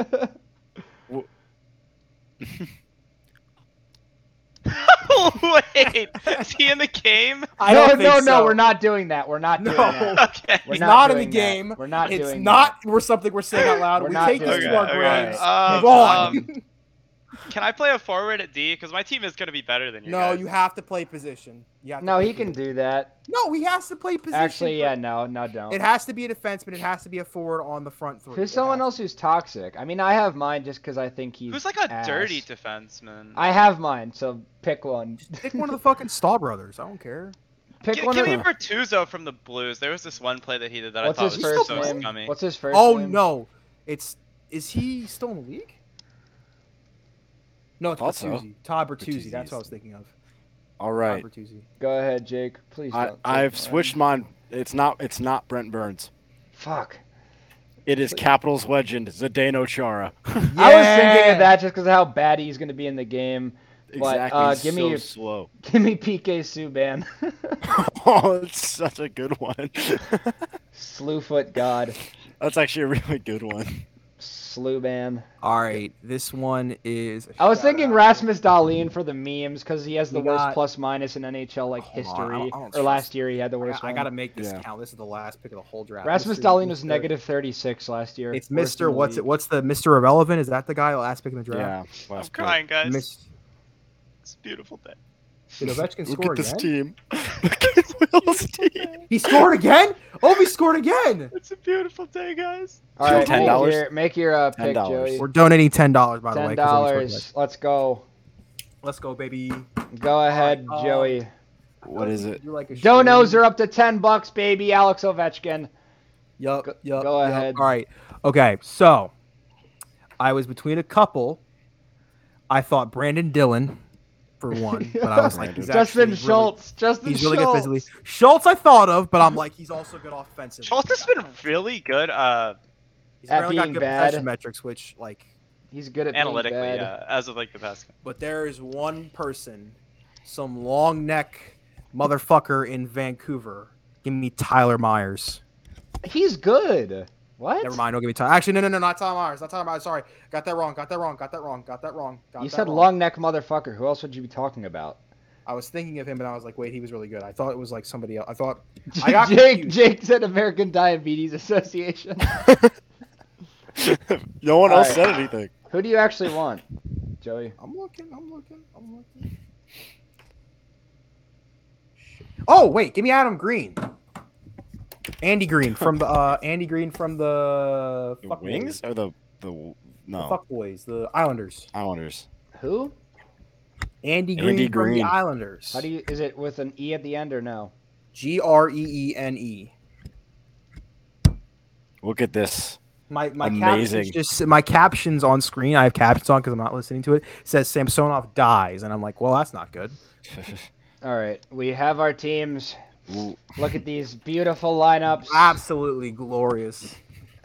[SPEAKER 5] Wait, is he in the game?
[SPEAKER 6] I
[SPEAKER 2] no,
[SPEAKER 6] don't
[SPEAKER 2] no,
[SPEAKER 6] think
[SPEAKER 2] no.
[SPEAKER 6] so.
[SPEAKER 2] We're not doing that. We're not doing
[SPEAKER 6] No.
[SPEAKER 2] that.
[SPEAKER 5] Okay.
[SPEAKER 2] We're
[SPEAKER 6] He's not in
[SPEAKER 2] doing
[SPEAKER 6] the
[SPEAKER 2] that.
[SPEAKER 6] game.
[SPEAKER 2] We're not
[SPEAKER 6] It's
[SPEAKER 2] doing
[SPEAKER 6] not. We're something we're saying out loud.
[SPEAKER 2] We're
[SPEAKER 6] we
[SPEAKER 2] not
[SPEAKER 6] take
[SPEAKER 2] doing
[SPEAKER 6] this to
[SPEAKER 2] that.
[SPEAKER 6] our
[SPEAKER 2] Okay,
[SPEAKER 6] graves.
[SPEAKER 2] okay.
[SPEAKER 5] Um,
[SPEAKER 6] Move on.
[SPEAKER 5] um, can I play a forward at D? Because my team is gonna be better than you.
[SPEAKER 6] no,
[SPEAKER 5] guys.
[SPEAKER 6] you have to play position. You have
[SPEAKER 2] that.
[SPEAKER 6] to
[SPEAKER 2] No,
[SPEAKER 6] play
[SPEAKER 2] he can
[SPEAKER 6] position.
[SPEAKER 2] do that.
[SPEAKER 6] No, he has to play position.
[SPEAKER 2] Actually,
[SPEAKER 6] for-
[SPEAKER 2] yeah, no, no, don't.
[SPEAKER 6] It has to be a defenseman. It has to be a forward on the front three.
[SPEAKER 2] Who's
[SPEAKER 6] It
[SPEAKER 2] someone
[SPEAKER 6] has-
[SPEAKER 2] else who's toxic? I mean, I have mine just because I think he's.
[SPEAKER 5] Who's like a
[SPEAKER 2] ass.
[SPEAKER 5] dirty defenseman?
[SPEAKER 2] I have mine, so pick one.
[SPEAKER 6] Pick one of the fucking Staw brothers. I don't care.
[SPEAKER 2] Pick
[SPEAKER 5] G-
[SPEAKER 2] one
[SPEAKER 5] give
[SPEAKER 2] of
[SPEAKER 5] me
[SPEAKER 2] them.
[SPEAKER 5] Bertuzzo from the Blues. There was this one play that he did that
[SPEAKER 2] What's
[SPEAKER 5] I thought
[SPEAKER 2] his
[SPEAKER 5] was
[SPEAKER 2] first
[SPEAKER 5] so
[SPEAKER 2] name?
[SPEAKER 5] scummy.
[SPEAKER 2] What's his first
[SPEAKER 6] Oh
[SPEAKER 2] name?
[SPEAKER 6] no, it's is he still in the league? No, it's
[SPEAKER 4] Thought so.
[SPEAKER 6] Bertuzzi. Todd Bertuzzi.
[SPEAKER 4] Bertuzzi's-
[SPEAKER 6] That's what I was thinking of.
[SPEAKER 4] All right,
[SPEAKER 6] Todd Bertuzzi.
[SPEAKER 2] Go ahead, Jake. Please.
[SPEAKER 4] I,
[SPEAKER 2] don't take
[SPEAKER 4] I've
[SPEAKER 2] mine.
[SPEAKER 4] switched mine. It's not, it's not Brent Burns.
[SPEAKER 2] Fuck.
[SPEAKER 4] It is Capitals legend Zdeno Chara.
[SPEAKER 2] I was thinking
[SPEAKER 6] Yeah.
[SPEAKER 2] of that just because of how bad he's going to be in the game. But,
[SPEAKER 4] Exactly.
[SPEAKER 2] uh,
[SPEAKER 4] he's
[SPEAKER 2] give
[SPEAKER 4] so
[SPEAKER 2] me-
[SPEAKER 4] slow.
[SPEAKER 2] Give me PK Subban.
[SPEAKER 4] oh, it's such a good one.
[SPEAKER 2] Slewfoot God.
[SPEAKER 4] That's actually a really good one.
[SPEAKER 2] Slewban.
[SPEAKER 6] All right, this one is.
[SPEAKER 2] I was
[SPEAKER 6] Shout
[SPEAKER 2] thinking
[SPEAKER 6] out.
[SPEAKER 2] Rasmus Dahlin for the memes because he has the
[SPEAKER 6] You
[SPEAKER 2] worst
[SPEAKER 6] got-
[SPEAKER 2] plus minus in NHL like
[SPEAKER 6] Hold on, I
[SPEAKER 2] history.
[SPEAKER 6] don't- I don't
[SPEAKER 2] or last year he had the
[SPEAKER 6] I,
[SPEAKER 2] worst
[SPEAKER 6] I
[SPEAKER 2] one.
[SPEAKER 6] gotta make this
[SPEAKER 4] Yeah.
[SPEAKER 6] count. This is the last pick of the whole draft.
[SPEAKER 2] Rasmus
[SPEAKER 6] Mr.
[SPEAKER 2] Dahlin was
[SPEAKER 6] Mr.
[SPEAKER 2] negative 36 last year.
[SPEAKER 6] It's
[SPEAKER 2] Worst
[SPEAKER 6] Mister.
[SPEAKER 2] in the
[SPEAKER 6] What's it?
[SPEAKER 2] league.
[SPEAKER 6] What's the Mister Irrelevant? Is that the guy? Last pick in the draft.
[SPEAKER 4] Yeah.
[SPEAKER 5] I'm
[SPEAKER 4] last pick.
[SPEAKER 5] crying, guys.
[SPEAKER 6] Miss-
[SPEAKER 5] It's a beautiful day.
[SPEAKER 6] Did Ovechkin
[SPEAKER 4] Look
[SPEAKER 6] score
[SPEAKER 4] at this
[SPEAKER 6] again?
[SPEAKER 4] team. Look at Will's team.
[SPEAKER 6] He scored again. Ovi scored again.
[SPEAKER 5] It's a beautiful day, guys.
[SPEAKER 2] All right,
[SPEAKER 4] Ten
[SPEAKER 2] make
[SPEAKER 4] dollars?
[SPEAKER 2] your, make your uh, pick,
[SPEAKER 4] $10.
[SPEAKER 2] Joey.
[SPEAKER 6] We're donating ten dollars by the way.
[SPEAKER 2] Ten
[SPEAKER 6] 'cause Ovi scored
[SPEAKER 2] dollars. Let's go.
[SPEAKER 6] again. Let's go, baby.
[SPEAKER 2] Go ahead,
[SPEAKER 6] um,
[SPEAKER 2] Joey.
[SPEAKER 4] What is it?
[SPEAKER 6] You're like a
[SPEAKER 2] Donos are up to ten bucks, baby. Alex Ovechkin.
[SPEAKER 6] Yup.
[SPEAKER 2] Go-
[SPEAKER 6] yup.
[SPEAKER 2] go
[SPEAKER 6] yup.
[SPEAKER 2] ahead.
[SPEAKER 6] All right. Okay. So I was between a couple. I thought Brandon Dillon for one, but I was like, he's actually
[SPEAKER 2] Justin
[SPEAKER 6] really-
[SPEAKER 2] Schultz. Justin
[SPEAKER 6] he's
[SPEAKER 2] Schultz.
[SPEAKER 6] really good physically. Schultz, I thought of, but I'm like, he's also good offensively.
[SPEAKER 5] Schultz has been really good uh,
[SPEAKER 6] He's
[SPEAKER 2] At
[SPEAKER 6] really got
[SPEAKER 2] being
[SPEAKER 6] good
[SPEAKER 2] bad.
[SPEAKER 6] possession metrics, which like,
[SPEAKER 2] He's good at being
[SPEAKER 5] analytically
[SPEAKER 2] bad.
[SPEAKER 5] uh, as of like the past.
[SPEAKER 6] but there is one person, some long neck motherfucker in Vancouver. Give me Tyler Myers.
[SPEAKER 2] He's good. What?
[SPEAKER 6] Never mind. Don't give me Tyler. Actually, no, no, no, not Tyler Myers. Not Tyler Myers. Sorry, got that wrong. Got that wrong. Got that wrong. Got that wrong. Got
[SPEAKER 2] You
[SPEAKER 6] that
[SPEAKER 2] said
[SPEAKER 6] wrong.
[SPEAKER 2] long neck motherfucker. Who else would you be talking about?
[SPEAKER 6] I was thinking of him, and I was like, wait, he was really good. I thought it was like somebody else. I thought I got
[SPEAKER 2] Jake.
[SPEAKER 6] confused.
[SPEAKER 2] Jake said American Diabetes Association.
[SPEAKER 4] No one
[SPEAKER 2] All
[SPEAKER 4] else
[SPEAKER 2] right.
[SPEAKER 4] said anything.
[SPEAKER 2] Who do you actually want, Joey?
[SPEAKER 6] I'm looking. I'm looking. I'm looking. Oh wait, give me Adam Green. Andy Green from the uh, Andy Green from the,
[SPEAKER 4] The
[SPEAKER 6] fuck
[SPEAKER 4] wings
[SPEAKER 6] boys.
[SPEAKER 4] or the the
[SPEAKER 6] The
[SPEAKER 4] no
[SPEAKER 6] fuck boys, the Islanders.
[SPEAKER 4] Islanders.
[SPEAKER 2] Who?
[SPEAKER 6] Andy Green
[SPEAKER 4] Andy
[SPEAKER 6] from the
[SPEAKER 4] Green.
[SPEAKER 6] Islanders.
[SPEAKER 2] How do you? Is it with an e at the end or no?
[SPEAKER 6] G R E E N E.
[SPEAKER 4] Look at this.
[SPEAKER 6] My my
[SPEAKER 4] Amazing.
[SPEAKER 6] captions just my captions on screen. I have captions on because I'm not listening to it. Says Samsonov dies, and I'm like, well, that's not good.
[SPEAKER 2] All right, we have our teams.
[SPEAKER 4] Ooh,
[SPEAKER 2] Look at these beautiful lineups.
[SPEAKER 6] Absolutely glorious.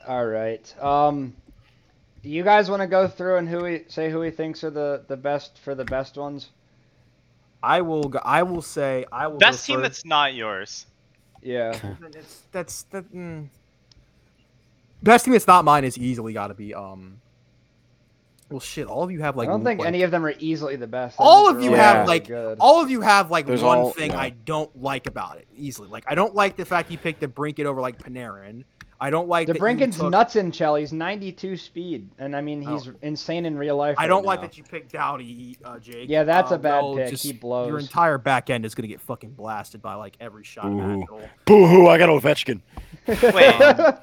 [SPEAKER 2] All right. Um, do you guys want to go through and who we say who we thinks are the the best for the best ones?
[SPEAKER 6] I will. go- I will say. I will.
[SPEAKER 5] Best
[SPEAKER 6] go
[SPEAKER 5] team
[SPEAKER 6] first.
[SPEAKER 5] that's not yours.
[SPEAKER 2] Yeah.
[SPEAKER 6] that's that's that. Mm. Best team that's not mine is easily got to be. Um. Well, shit. All of you have like.
[SPEAKER 2] I don't think
[SPEAKER 6] like-
[SPEAKER 2] any of them are easily the best. I
[SPEAKER 6] All
[SPEAKER 2] think
[SPEAKER 6] of
[SPEAKER 2] they're
[SPEAKER 6] you
[SPEAKER 2] all
[SPEAKER 4] have,
[SPEAKER 2] really
[SPEAKER 6] like,
[SPEAKER 2] good.
[SPEAKER 6] All of you have like
[SPEAKER 4] There's
[SPEAKER 6] one
[SPEAKER 4] all-
[SPEAKER 6] thing
[SPEAKER 4] yeah.
[SPEAKER 6] I don't like about it easily. Like I don't like the fact you picked the Brinket over like Panarin. I don't like that you
[SPEAKER 2] DeBrinket's
[SPEAKER 6] took-
[SPEAKER 2] nuts in Chell. He's 92 speed, and I mean he's
[SPEAKER 6] Oh.
[SPEAKER 2] insane in real life.
[SPEAKER 6] I
[SPEAKER 2] right
[SPEAKER 6] don't like
[SPEAKER 2] now.
[SPEAKER 6] that you picked Dowdy, uh, Jake.
[SPEAKER 2] Yeah, that's
[SPEAKER 6] Uh,
[SPEAKER 2] a bad
[SPEAKER 6] Will,
[SPEAKER 2] pick.
[SPEAKER 6] just-
[SPEAKER 2] he blows.
[SPEAKER 6] Your entire back end is gonna get fucking blasted by like every shot.
[SPEAKER 4] Ooh.
[SPEAKER 6] Ooh.
[SPEAKER 4] boo hoo! I got Ovechkin.
[SPEAKER 5] Wait.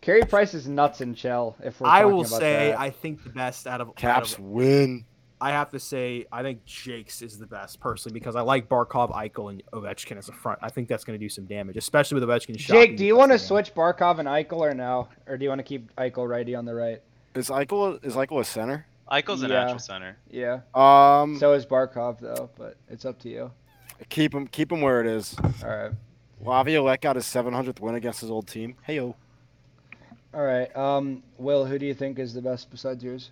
[SPEAKER 2] Carey Price is nuts in Chell. If we're
[SPEAKER 6] I
[SPEAKER 2] talking
[SPEAKER 6] will
[SPEAKER 2] about
[SPEAKER 6] say,
[SPEAKER 2] that.
[SPEAKER 6] I think the best out of out of
[SPEAKER 4] Caps win.
[SPEAKER 6] I have to say, I think Jake's is the best personally because I like Barkov, Eichel, and Ovechkin as a front. I think that's going to do some damage, especially with Ovechkin. shot
[SPEAKER 2] Jake, do
[SPEAKER 6] being the
[SPEAKER 2] you
[SPEAKER 6] best
[SPEAKER 2] want to
[SPEAKER 6] in the game.
[SPEAKER 2] switch Barkov and Eichel or no, or do you want to keep Eichel righty on the right?
[SPEAKER 4] Is Eichel is Eichel a center?
[SPEAKER 5] Eichel's a
[SPEAKER 2] Yeah.
[SPEAKER 5] natural center.
[SPEAKER 2] Yeah.
[SPEAKER 4] Um,
[SPEAKER 2] So is Barkov though, but it's up to you.
[SPEAKER 4] keep him, keep him where it is.
[SPEAKER 2] All right.
[SPEAKER 4] Laviolette got his 700th win against his old team. Hey yo,
[SPEAKER 2] All right. Um, Will, who do you think is the best besides yours?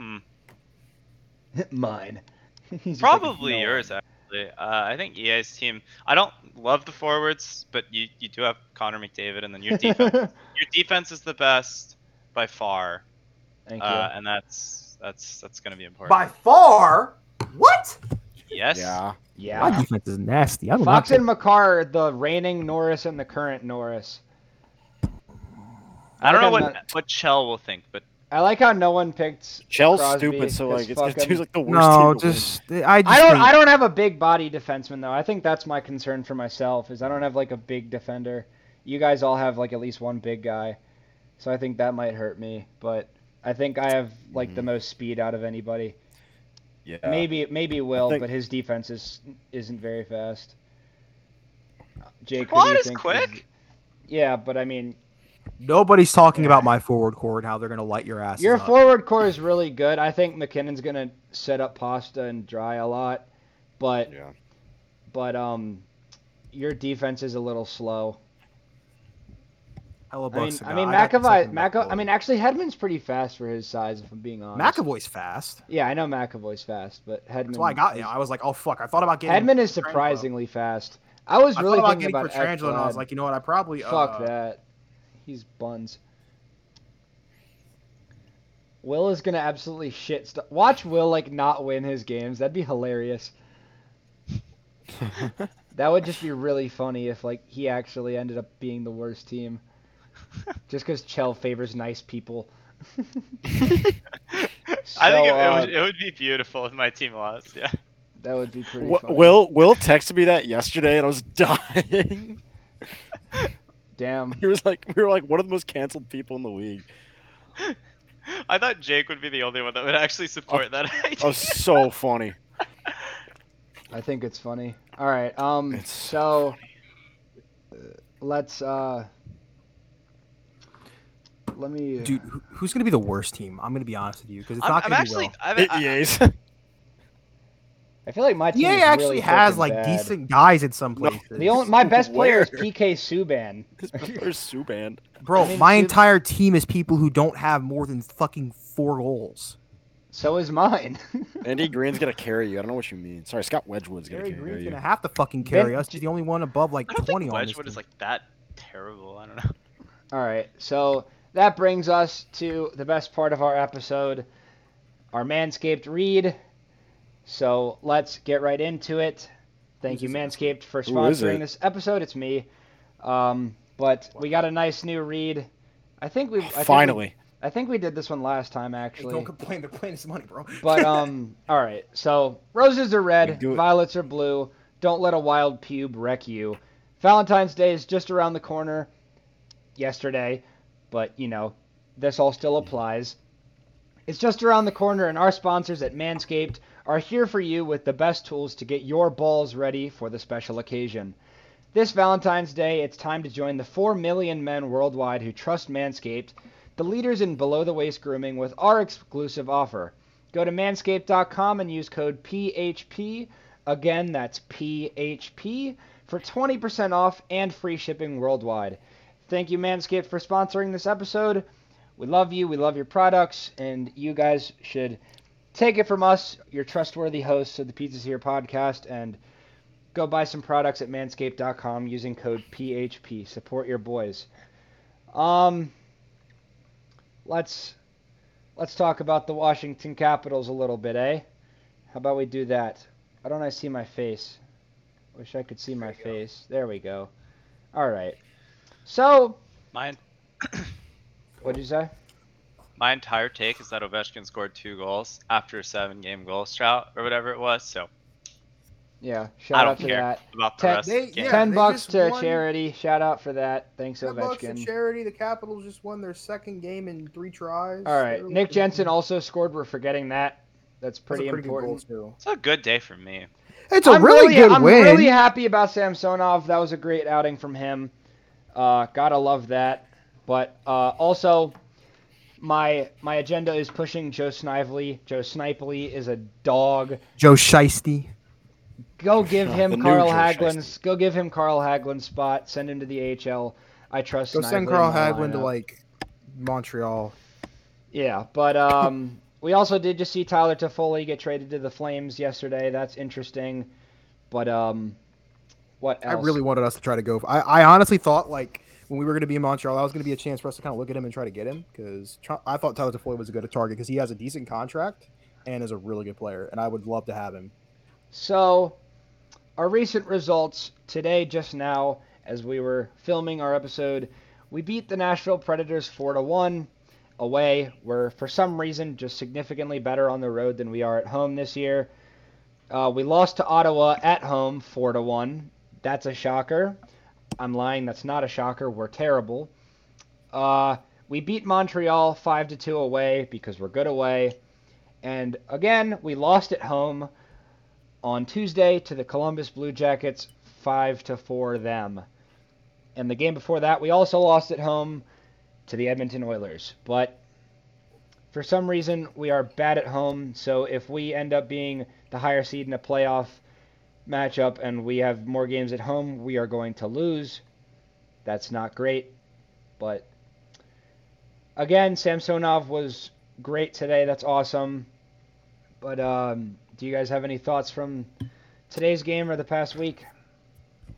[SPEAKER 5] Hmm.
[SPEAKER 2] Mine. He's
[SPEAKER 5] Probably
[SPEAKER 2] like, no.
[SPEAKER 5] yours, actually. Uh, I think EA's team. I don't love the forwards, but you, you do have Connor McDavid, and then your defense. your defense is the best by far,
[SPEAKER 2] Thank you.
[SPEAKER 5] uh, and that's that's that's going to be important.
[SPEAKER 7] By far, what?
[SPEAKER 5] Yes.
[SPEAKER 4] yeah,
[SPEAKER 2] yeah.
[SPEAKER 6] defense is nasty. I don't
[SPEAKER 2] Fox and McCarr, the reigning Norris and the current Norris.
[SPEAKER 5] I don't know
[SPEAKER 2] like
[SPEAKER 5] what
[SPEAKER 2] how
[SPEAKER 5] what Chell will think, but
[SPEAKER 2] no- I like how no one picked.
[SPEAKER 4] Chell's
[SPEAKER 2] Crosby
[SPEAKER 4] stupid, so
[SPEAKER 2] is
[SPEAKER 4] like it's, it's
[SPEAKER 2] fucking-
[SPEAKER 4] he's like the worst.
[SPEAKER 6] No,
[SPEAKER 4] team to win.
[SPEAKER 6] just I just
[SPEAKER 2] I don't.
[SPEAKER 6] think-
[SPEAKER 2] I don't have a big body defenseman though. I think that's my concern for myself is I don't have like a big defender. You guys all have like at least one big guy, so I think that might hurt me. But I think I have like the most speed out of anybody.
[SPEAKER 4] Mm-hmm. yeah.
[SPEAKER 2] Maybe maybe Will,
[SPEAKER 4] think-
[SPEAKER 2] but his defense is isn't very fast. Jake, who do
[SPEAKER 5] Quad
[SPEAKER 2] you
[SPEAKER 5] is
[SPEAKER 2] think
[SPEAKER 5] quick.
[SPEAKER 2] yeah, but I mean,
[SPEAKER 6] Nobody's talking about my forward core and how they're gonna light your ass.
[SPEAKER 2] Your
[SPEAKER 6] up.
[SPEAKER 2] forward core is really good. I think McKinnon's gonna set up Pasta and Dry a lot, but
[SPEAKER 4] Yeah.
[SPEAKER 2] but um, your defense is a little slow. I mean,
[SPEAKER 6] Hellebuck's a
[SPEAKER 2] I mean
[SPEAKER 6] guy. I got
[SPEAKER 2] McAvoy,
[SPEAKER 6] the second
[SPEAKER 2] McAvoy. I
[SPEAKER 6] McAvoy.
[SPEAKER 2] mean, actually, Hedman's pretty fast for his size. If I'm being honest,
[SPEAKER 6] McAvoy's fast.
[SPEAKER 2] Yeah, I know McAvoy's fast, but Hedman.
[SPEAKER 6] That's why I got him. I was like, oh fuck. I thought about getting.
[SPEAKER 2] Hedman is
[SPEAKER 6] Petrangelo.
[SPEAKER 2] surprisingly fast. I was
[SPEAKER 6] I
[SPEAKER 2] really
[SPEAKER 6] thought about
[SPEAKER 2] thinking
[SPEAKER 6] getting
[SPEAKER 2] about
[SPEAKER 6] Petrangelo, and I was
[SPEAKER 2] Ekblad.
[SPEAKER 6] like, you know what? I probably
[SPEAKER 2] fuck
[SPEAKER 6] uh,
[SPEAKER 2] that. He's buns. Will is gonna absolutely shit stuff. Watch Will like not win his games. That'd be hilarious. that would just be really funny if like he actually ended up being the worst team, just because Chell favors nice people.
[SPEAKER 5] I think it,
[SPEAKER 2] So, uh,
[SPEAKER 5] it, would, it would be beautiful if my team lost. Yeah.
[SPEAKER 2] that would be pretty.
[SPEAKER 4] Wi-
[SPEAKER 2] funny.
[SPEAKER 4] Will Will texted me that yesterday, and I was dying.
[SPEAKER 2] damn.
[SPEAKER 4] he was like, we were like one of the most canceled people in the league.
[SPEAKER 5] I thought Jake would be the only one that would actually support that.
[SPEAKER 6] Oh,
[SPEAKER 4] That was so funny.
[SPEAKER 2] I think it's funny. All right. Um.
[SPEAKER 4] It's
[SPEAKER 2] so uh,
[SPEAKER 4] so
[SPEAKER 2] let's. uh Let me.
[SPEAKER 6] Dude, who- who's gonna be the worst team? I'm gonna be honest with you because it's
[SPEAKER 5] I'm,
[SPEAKER 6] not
[SPEAKER 5] I'm
[SPEAKER 6] gonna be
[SPEAKER 5] actually.
[SPEAKER 6] well.
[SPEAKER 5] I'm,
[SPEAKER 4] It,
[SPEAKER 5] I-
[SPEAKER 4] EA's.
[SPEAKER 2] I feel like my team
[SPEAKER 6] EA
[SPEAKER 2] is
[SPEAKER 6] E actually
[SPEAKER 2] really
[SPEAKER 6] has
[SPEAKER 2] frickin'
[SPEAKER 6] like
[SPEAKER 2] bad.
[SPEAKER 6] decent guys in some
[SPEAKER 4] No.
[SPEAKER 6] places.
[SPEAKER 2] The only my best player is
[SPEAKER 4] Where?
[SPEAKER 2] PK Subban.
[SPEAKER 4] There's Subban.
[SPEAKER 6] Bro,
[SPEAKER 2] I mean,
[SPEAKER 6] my
[SPEAKER 2] dude-
[SPEAKER 6] entire team is people who don't have more than fucking four goals.
[SPEAKER 2] So is mine.
[SPEAKER 4] Andy Green's gonna carry you. I don't know what you mean. Sorry, Scott Wedgwood's gonna
[SPEAKER 6] Gary
[SPEAKER 4] carry
[SPEAKER 6] Green's
[SPEAKER 4] you.
[SPEAKER 6] gonna have to fucking carry
[SPEAKER 2] Ben-
[SPEAKER 6] us. He's the only one above like
[SPEAKER 5] I don't
[SPEAKER 6] twenty
[SPEAKER 5] think
[SPEAKER 6] on this.
[SPEAKER 5] Wedgwood is
[SPEAKER 6] team.
[SPEAKER 5] like that terrible. I don't know.
[SPEAKER 2] All right. So that brings us to the best part of our episode, our Manscaped read. So let's get right into it. Thank you, Manscaped, for
[SPEAKER 4] Who is
[SPEAKER 2] sponsoring
[SPEAKER 4] it?
[SPEAKER 2] this episode. It's me. Um, but we got a nice new read. I think we I think we-
[SPEAKER 4] Finally,
[SPEAKER 2] I think we did this one last time,
[SPEAKER 7] Hey,
[SPEAKER 2] actually.
[SPEAKER 7] don't complain. They're playing this money, bro.
[SPEAKER 2] But um, all right. So roses are
[SPEAKER 4] We
[SPEAKER 2] red,
[SPEAKER 4] do it.
[SPEAKER 2] violets are blue. Don't let a wild pube wreck you. Valentine's Day is just around the corner. Yesterday, but you know, this all still applies. It's just around the corner, and our sponsors at Manscaped are here for you with the best tools to get your balls ready for the special occasion. This Valentine's Day, it's time to join the 4 million men worldwide who trust Manscaped, the leaders in below the waist grooming, with our exclusive offer. Go to manscaped.com and use code PHP. Again, that's PHP for 20% off and free shipping worldwide. Thank you, Manscaped, for sponsoring this episode. We love you. We love your products. And you guys should take it from us, your trustworthy hosts of the Pizzas Here podcast, and go buy some products at manscaped.com using code PHP. Support your boys. Um, let's let's talk about the Washington Capitals a little bit, eh? How about we do that? Why don't I see my face? Wish I could see my face. There we go. All right. So,
[SPEAKER 5] Mine.
[SPEAKER 2] what did you say?
[SPEAKER 5] my entire take is that Ovechkin scored two goals after a seven-game goal drought or whatever it was. So
[SPEAKER 2] Yeah, shout
[SPEAKER 5] I don't
[SPEAKER 2] out to
[SPEAKER 5] care
[SPEAKER 2] that.
[SPEAKER 5] about the
[SPEAKER 2] Ted-
[SPEAKER 5] rest.
[SPEAKER 7] they-
[SPEAKER 5] of the game.
[SPEAKER 7] yeah.
[SPEAKER 2] Ten
[SPEAKER 7] they
[SPEAKER 2] bucks
[SPEAKER 7] just
[SPEAKER 2] to
[SPEAKER 7] won-
[SPEAKER 2] charity. Shout out for that. Thanks,
[SPEAKER 7] Ten bucks to
[SPEAKER 2] Ovechkin.
[SPEAKER 7] charity. The Capitals just won their second game in three tries.
[SPEAKER 2] All right,
[SPEAKER 7] They're
[SPEAKER 2] Nick
[SPEAKER 7] looking-
[SPEAKER 2] Jensen also scored. We're forgetting that.
[SPEAKER 7] That's
[SPEAKER 2] That's
[SPEAKER 7] a
[SPEAKER 2] pretty,
[SPEAKER 7] good goal,
[SPEAKER 2] important.
[SPEAKER 7] too.
[SPEAKER 5] It's a good day for me.
[SPEAKER 6] It's a
[SPEAKER 2] I'm
[SPEAKER 6] really, good
[SPEAKER 2] I'm
[SPEAKER 6] win.
[SPEAKER 2] really happy about Samsonov. That was a great outing from him. Uh, gotta love that. But uh, also, My my agenda is pushing Joe Snively. Joe Snively is a dog.
[SPEAKER 6] Joe Shiesty.
[SPEAKER 2] Go give
[SPEAKER 4] The
[SPEAKER 2] him
[SPEAKER 4] new
[SPEAKER 2] Carl
[SPEAKER 4] Joe
[SPEAKER 2] Haglin's. Go give him Carl Haglin's spot. Send him to the AHL. I trust.
[SPEAKER 6] Go send
[SPEAKER 2] Snively in
[SPEAKER 6] Carl
[SPEAKER 2] my
[SPEAKER 6] Haglin to
[SPEAKER 2] lineup.
[SPEAKER 6] like Montreal.
[SPEAKER 2] Yeah, but um, we also did just see Tyler Toffoli get traded to the Flames yesterday. That's interesting. But um, what
[SPEAKER 6] I
[SPEAKER 2] else?
[SPEAKER 6] really wanted us to try to go. I, I honestly thought like when we were going to be in Montreal, that was going to be a chance for us to kind of look at him and try to get him because I thought Tyler Toffoli was a good target because he has a decent contract and is a really good player, and I would love to have him.
[SPEAKER 2] So, our recent results today, just now, as we were filming our episode, we beat the Nashville Predators 4 to 1 away. We're, for some reason, just significantly better on the road than we are at home this year. Uh, we lost to Ottawa at home 4 to 1. That's a shocker. I'm lying, that's not a shocker. We're terrible. Uh, we beat Montreal 5 to 2 away because we're good away. And again, we lost at home on Tuesday to the Columbus Blue Jackets, five to four them. And the game before that, we also lost at home to the Edmonton Oilers. But for some reason, we are bad at home. So if we end up being the higher seed in a playoff matchup and we have more games at home, we are going to lose. That's not great. But again, Samsonov was great today. That's awesome. But um, do you guys have any thoughts from today's game or the past week?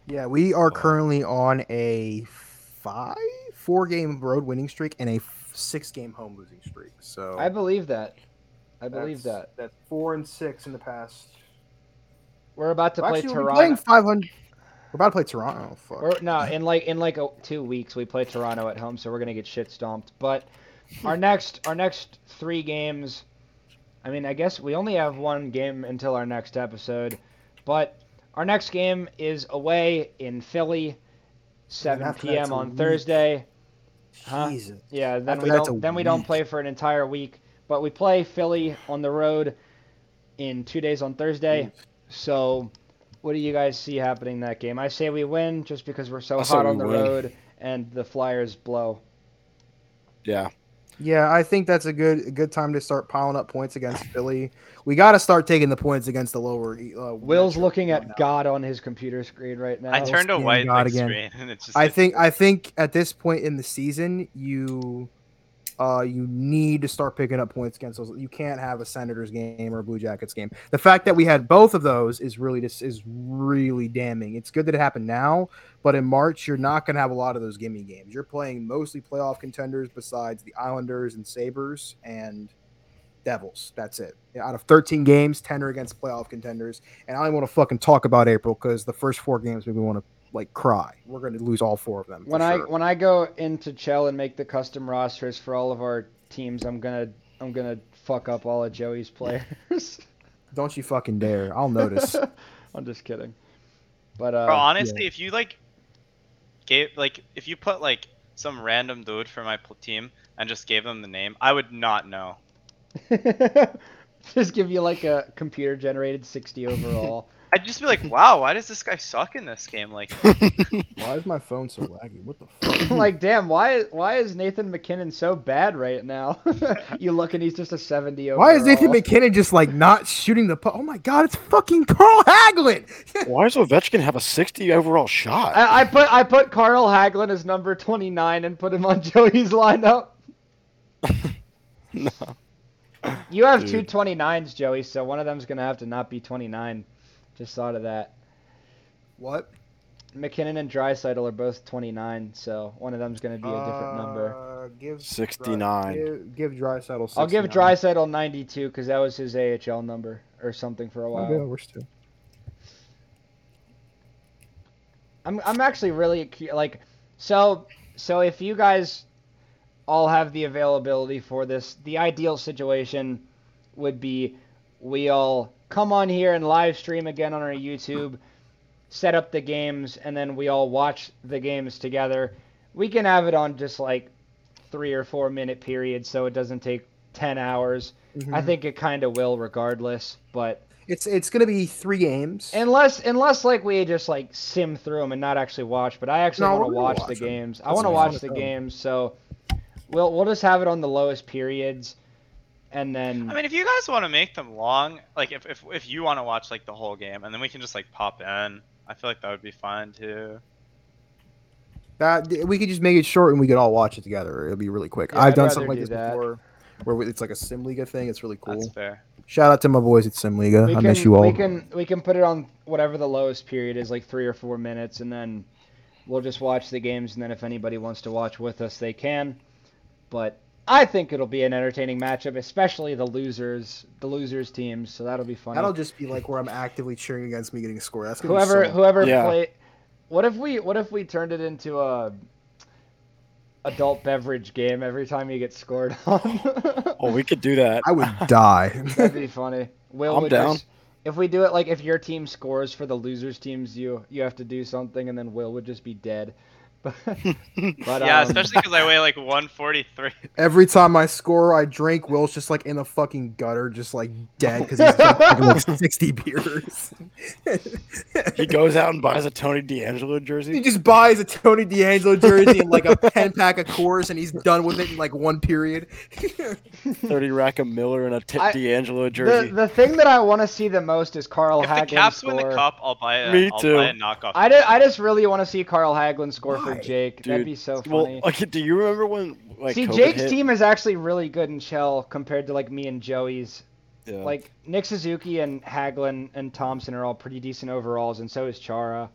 [SPEAKER 6] Yeah, we are currently on a five, four game road winning streak and a six game home losing streak. So
[SPEAKER 2] I believe that. I believe
[SPEAKER 8] That's-
[SPEAKER 2] that.
[SPEAKER 8] That's four and six in the past.
[SPEAKER 2] We're about to
[SPEAKER 6] Well,
[SPEAKER 2] play
[SPEAKER 6] actually, we'll be playing
[SPEAKER 2] Toronto.
[SPEAKER 6] five hundred. We're about to play Toronto. Oh, fuck.
[SPEAKER 2] We're, no, in like in like a, two weeks we play Toronto at home, so we're gonna get shit stomped. But our next our next three games, I mean, I guess we only have one game until our next episode, but our next game is away in Philly, 7
[SPEAKER 6] after that, it's
[SPEAKER 2] p.m.
[SPEAKER 6] a
[SPEAKER 2] on
[SPEAKER 6] week.
[SPEAKER 2] Thursday. Huh?
[SPEAKER 6] Jesus.
[SPEAKER 2] Yeah, then
[SPEAKER 6] After
[SPEAKER 2] we
[SPEAKER 6] that's
[SPEAKER 2] don't
[SPEAKER 6] a
[SPEAKER 2] then we don't
[SPEAKER 6] week.
[SPEAKER 2] play for an entire week, but we play Philly on the road in 2 days on Thursday. So what do you guys see happening in that game? I say we win just because we're so
[SPEAKER 4] I say
[SPEAKER 2] hot
[SPEAKER 4] we
[SPEAKER 2] on the
[SPEAKER 4] win.
[SPEAKER 2] road and the Flyers blow.
[SPEAKER 4] Yeah.
[SPEAKER 6] Yeah, I think that's a good a good time to start piling up points against Philly. We got to start taking the points against the lower. Uh,
[SPEAKER 2] Will's
[SPEAKER 6] matchup
[SPEAKER 2] looking
[SPEAKER 6] right now.
[SPEAKER 2] at God on his computer screen right now.
[SPEAKER 5] I turned a
[SPEAKER 6] skin
[SPEAKER 5] white
[SPEAKER 6] god
[SPEAKER 5] like,
[SPEAKER 6] again.
[SPEAKER 5] screen, and it's just.
[SPEAKER 6] I
[SPEAKER 5] it's-
[SPEAKER 6] think I think at this point in the season, you uh you need to start picking up points against those. You can't have a Senators game or a Blue Jackets game. The fact that we had both of those is really just is really damning. It's good that it happened now, but in March you're not going to have a lot of those gimme games. You're playing mostly playoff contenders besides the Islanders and Sabers and Devils. That's it. Out of 13 games, 10 are against playoff contenders. And I don't want to fucking talk about April because the first four games we want to like cry. We're going to lose all four of them. for
[SPEAKER 2] When I
[SPEAKER 6] sure.
[SPEAKER 2] when I go into Chell and make the custom rosters for all of our teams, I'm gonna I'm gonna fuck up all of Joey's players.
[SPEAKER 6] don't you fucking dare. I'll notice.
[SPEAKER 2] I'm just kidding. But uh,
[SPEAKER 5] Bro, honestly, if you like, gave like if you put like some random dude for my pl- team and just gave them the name, I would not know.
[SPEAKER 2] just give you like a computer generated 60 overall.
[SPEAKER 5] I'd just be like, wow, why does this guy suck in this game? Like,
[SPEAKER 6] Why is my phone so laggy? What the fuck?
[SPEAKER 2] like, damn, why why is Nathan McKinnon so bad right now? you look and he's just a 70 overall.
[SPEAKER 6] Why is Nathan McKinnon just like not shooting the puck? Oh my god, it's fucking Carl Haglin.
[SPEAKER 4] Why does Ovechkin have a 60 overall shot?
[SPEAKER 2] I, I put I put Carl Haglin as number 29 and put him on Joey's lineup.
[SPEAKER 4] no.
[SPEAKER 2] You have
[SPEAKER 4] Dude.
[SPEAKER 2] two 29s, Joey, so one of them's gonna have to not be 29. Just thought of that.
[SPEAKER 6] What?
[SPEAKER 2] McKinnon and Drysital are both 29, so one of them's gonna be a different number.
[SPEAKER 6] Uh, give Dry-
[SPEAKER 4] 69.
[SPEAKER 6] Give, give Dry Settle
[SPEAKER 2] I'll give Drysaddle 92 because that was his AHL number or something for a while. I'm I'm actually really cu- like so so if you guys all have the availability for this, the ideal situation would be we all come on here and live stream again on our YouTube, set up the games, and then we all watch the games together. We can have it on just like three or four minute periods, so it doesn't take ten hours. I think it kind of will, regardless, but.
[SPEAKER 6] it's it's gonna be three games.
[SPEAKER 2] Unless, unless like we just like sim through them and not actually watch, but I actually
[SPEAKER 6] No,
[SPEAKER 2] want
[SPEAKER 6] we're
[SPEAKER 2] to
[SPEAKER 6] gonna
[SPEAKER 2] watch,
[SPEAKER 6] watch
[SPEAKER 2] the
[SPEAKER 6] 'em.
[SPEAKER 2] games. I
[SPEAKER 6] That's
[SPEAKER 2] want to
[SPEAKER 6] what
[SPEAKER 2] watch
[SPEAKER 6] it's
[SPEAKER 2] the
[SPEAKER 6] gonna be.
[SPEAKER 2] games, so We'll we'll just have it on the lowest periods, and then
[SPEAKER 5] I mean, if you guys want to make them long, like if, if if you want to watch like the whole game, and then we can just like pop in. I feel like that would be fine too.
[SPEAKER 6] That we could just make it short and we could all watch it together. It'll be really quick.
[SPEAKER 2] Yeah,
[SPEAKER 6] I've
[SPEAKER 2] I'd
[SPEAKER 6] done
[SPEAKER 2] rather
[SPEAKER 6] something like
[SPEAKER 2] do
[SPEAKER 6] this
[SPEAKER 2] that.
[SPEAKER 6] before, where we- it's like a Sim Liga thing. It's really cool.
[SPEAKER 5] That's fair.
[SPEAKER 6] Shout out to my boys at Sim Liga.
[SPEAKER 2] we
[SPEAKER 6] I
[SPEAKER 2] can
[SPEAKER 6] miss you all.
[SPEAKER 2] we can we can put it on whatever the lowest period is, like three or four minutes, and then we'll just watch the games. And then if anybody wants to watch with us, they can. But I think it'll be an entertaining matchup, especially the losers, the losers teams. So that'll be fun.
[SPEAKER 6] That'll just be like where I'm actively cheering against me getting scored. That's gonna
[SPEAKER 2] whoever
[SPEAKER 6] be so...
[SPEAKER 2] whoever
[SPEAKER 4] Yeah.
[SPEAKER 2] play what if we what if we turned it into a adult beverage game every time you get scored on
[SPEAKER 4] Oh, we could do that.
[SPEAKER 6] I would die.
[SPEAKER 2] that'd be funny will
[SPEAKER 4] I'm
[SPEAKER 2] would
[SPEAKER 4] down.
[SPEAKER 2] just- if we do it like if your team scores for the losers teams you you have to do something and then will would just be dead but, but,
[SPEAKER 5] yeah,
[SPEAKER 2] um,
[SPEAKER 5] especially because I weigh like 143.
[SPEAKER 6] Every time I score, I drink. Will's just like in the fucking gutter, just like dead because he's drunk fucking, like sixty beers.
[SPEAKER 4] he goes out and buys a Tony D'Angelo
[SPEAKER 6] he
[SPEAKER 4] jersey.
[SPEAKER 6] just buys a Tony D'Angelo jersey and like a ten pack of Coors, and he's done with it in like one period.
[SPEAKER 4] Thirty rack of Miller and a Tip
[SPEAKER 2] I-
[SPEAKER 4] D'Angelo
[SPEAKER 2] the,
[SPEAKER 4] jersey.
[SPEAKER 2] the thing that i want to see the most is carl
[SPEAKER 5] If the
[SPEAKER 2] Hagelin
[SPEAKER 5] Caps
[SPEAKER 2] score.
[SPEAKER 5] win the cup, I'll buy a,
[SPEAKER 4] Me
[SPEAKER 5] will
[SPEAKER 4] too.
[SPEAKER 5] buy a knockoff.
[SPEAKER 2] I, did, I just really want to see carl haglin score for
[SPEAKER 6] Why?
[SPEAKER 2] jake that'd
[SPEAKER 4] Dude,
[SPEAKER 2] be so funny
[SPEAKER 4] well, okay, do you remember when like
[SPEAKER 2] See,
[SPEAKER 4] COVID
[SPEAKER 2] Jake's
[SPEAKER 4] hit?
[SPEAKER 2] team is actually really good in shell compared to like me and Joey's.
[SPEAKER 4] Yeah.
[SPEAKER 2] Like Nick Suzuki and Haglin and Thompson are all pretty decent overalls, and so is Chara.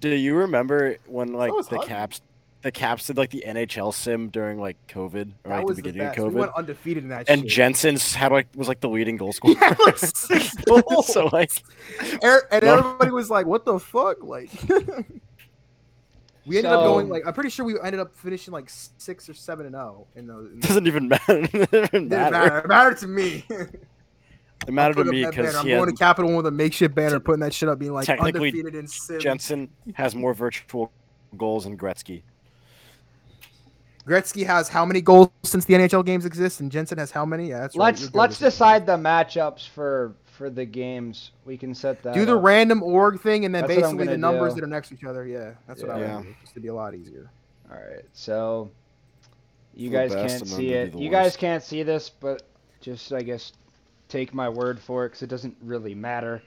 [SPEAKER 4] Do you remember when like
[SPEAKER 7] was
[SPEAKER 4] the
[SPEAKER 7] hot.
[SPEAKER 4] Caps the Caps did like the NHL sim during like COVID or
[SPEAKER 6] That
[SPEAKER 4] like
[SPEAKER 6] was
[SPEAKER 4] the
[SPEAKER 6] the
[SPEAKER 4] beginning
[SPEAKER 6] best.
[SPEAKER 4] of
[SPEAKER 6] We
[SPEAKER 4] COVID?
[SPEAKER 6] went undefeated in that.
[SPEAKER 4] And
[SPEAKER 6] shit.
[SPEAKER 4] Jensen's had like was like the leading goal scorer.
[SPEAKER 6] Yeah, like six goals.
[SPEAKER 4] so like
[SPEAKER 6] Er- and
[SPEAKER 4] No.
[SPEAKER 6] everybody was like, "What the fuck?" Like, we ended up
[SPEAKER 2] So-
[SPEAKER 6] going like I'm pretty sure we ended up finishing like six or seven and zero in those. In those.
[SPEAKER 4] doesn't even matter. it
[SPEAKER 6] It
[SPEAKER 4] didn't
[SPEAKER 6] didn't
[SPEAKER 4] matter.
[SPEAKER 6] matter. It mattered to me.
[SPEAKER 4] It mattered to
[SPEAKER 6] Put up
[SPEAKER 4] me
[SPEAKER 6] that banner.
[SPEAKER 4] because
[SPEAKER 6] I'm
[SPEAKER 4] he
[SPEAKER 6] going
[SPEAKER 4] had,
[SPEAKER 6] to Capital One with a makeshift banner, putting that shit up, being like
[SPEAKER 4] Technically,
[SPEAKER 6] undefeated in Sim.
[SPEAKER 4] Jensen has more virtual goals than Gretzky.
[SPEAKER 6] Gretzky has how many goals since the NHL games exist, and Jensen has how many? Yeah, that's right.
[SPEAKER 2] let's
[SPEAKER 6] You're good
[SPEAKER 2] let's
[SPEAKER 6] with it.
[SPEAKER 2] decide the matchups for for the games. We can set that.
[SPEAKER 6] do the
[SPEAKER 2] up.
[SPEAKER 6] random org thing, and then
[SPEAKER 2] uh, That's what I'm
[SPEAKER 6] basically the
[SPEAKER 2] gonna
[SPEAKER 6] numbers
[SPEAKER 2] do.
[SPEAKER 6] that are next to each other. Yeah, that's what I
[SPEAKER 4] Yeah.
[SPEAKER 6] would do. Just to be a lot easier.
[SPEAKER 2] All right, so you
[SPEAKER 4] For the
[SPEAKER 2] guys
[SPEAKER 4] best
[SPEAKER 2] can't
[SPEAKER 4] and then
[SPEAKER 2] see
[SPEAKER 4] we do
[SPEAKER 2] it.
[SPEAKER 4] the
[SPEAKER 2] You
[SPEAKER 4] worst.
[SPEAKER 2] guys can't see this, but just I guess take my word for it because it doesn't really matter.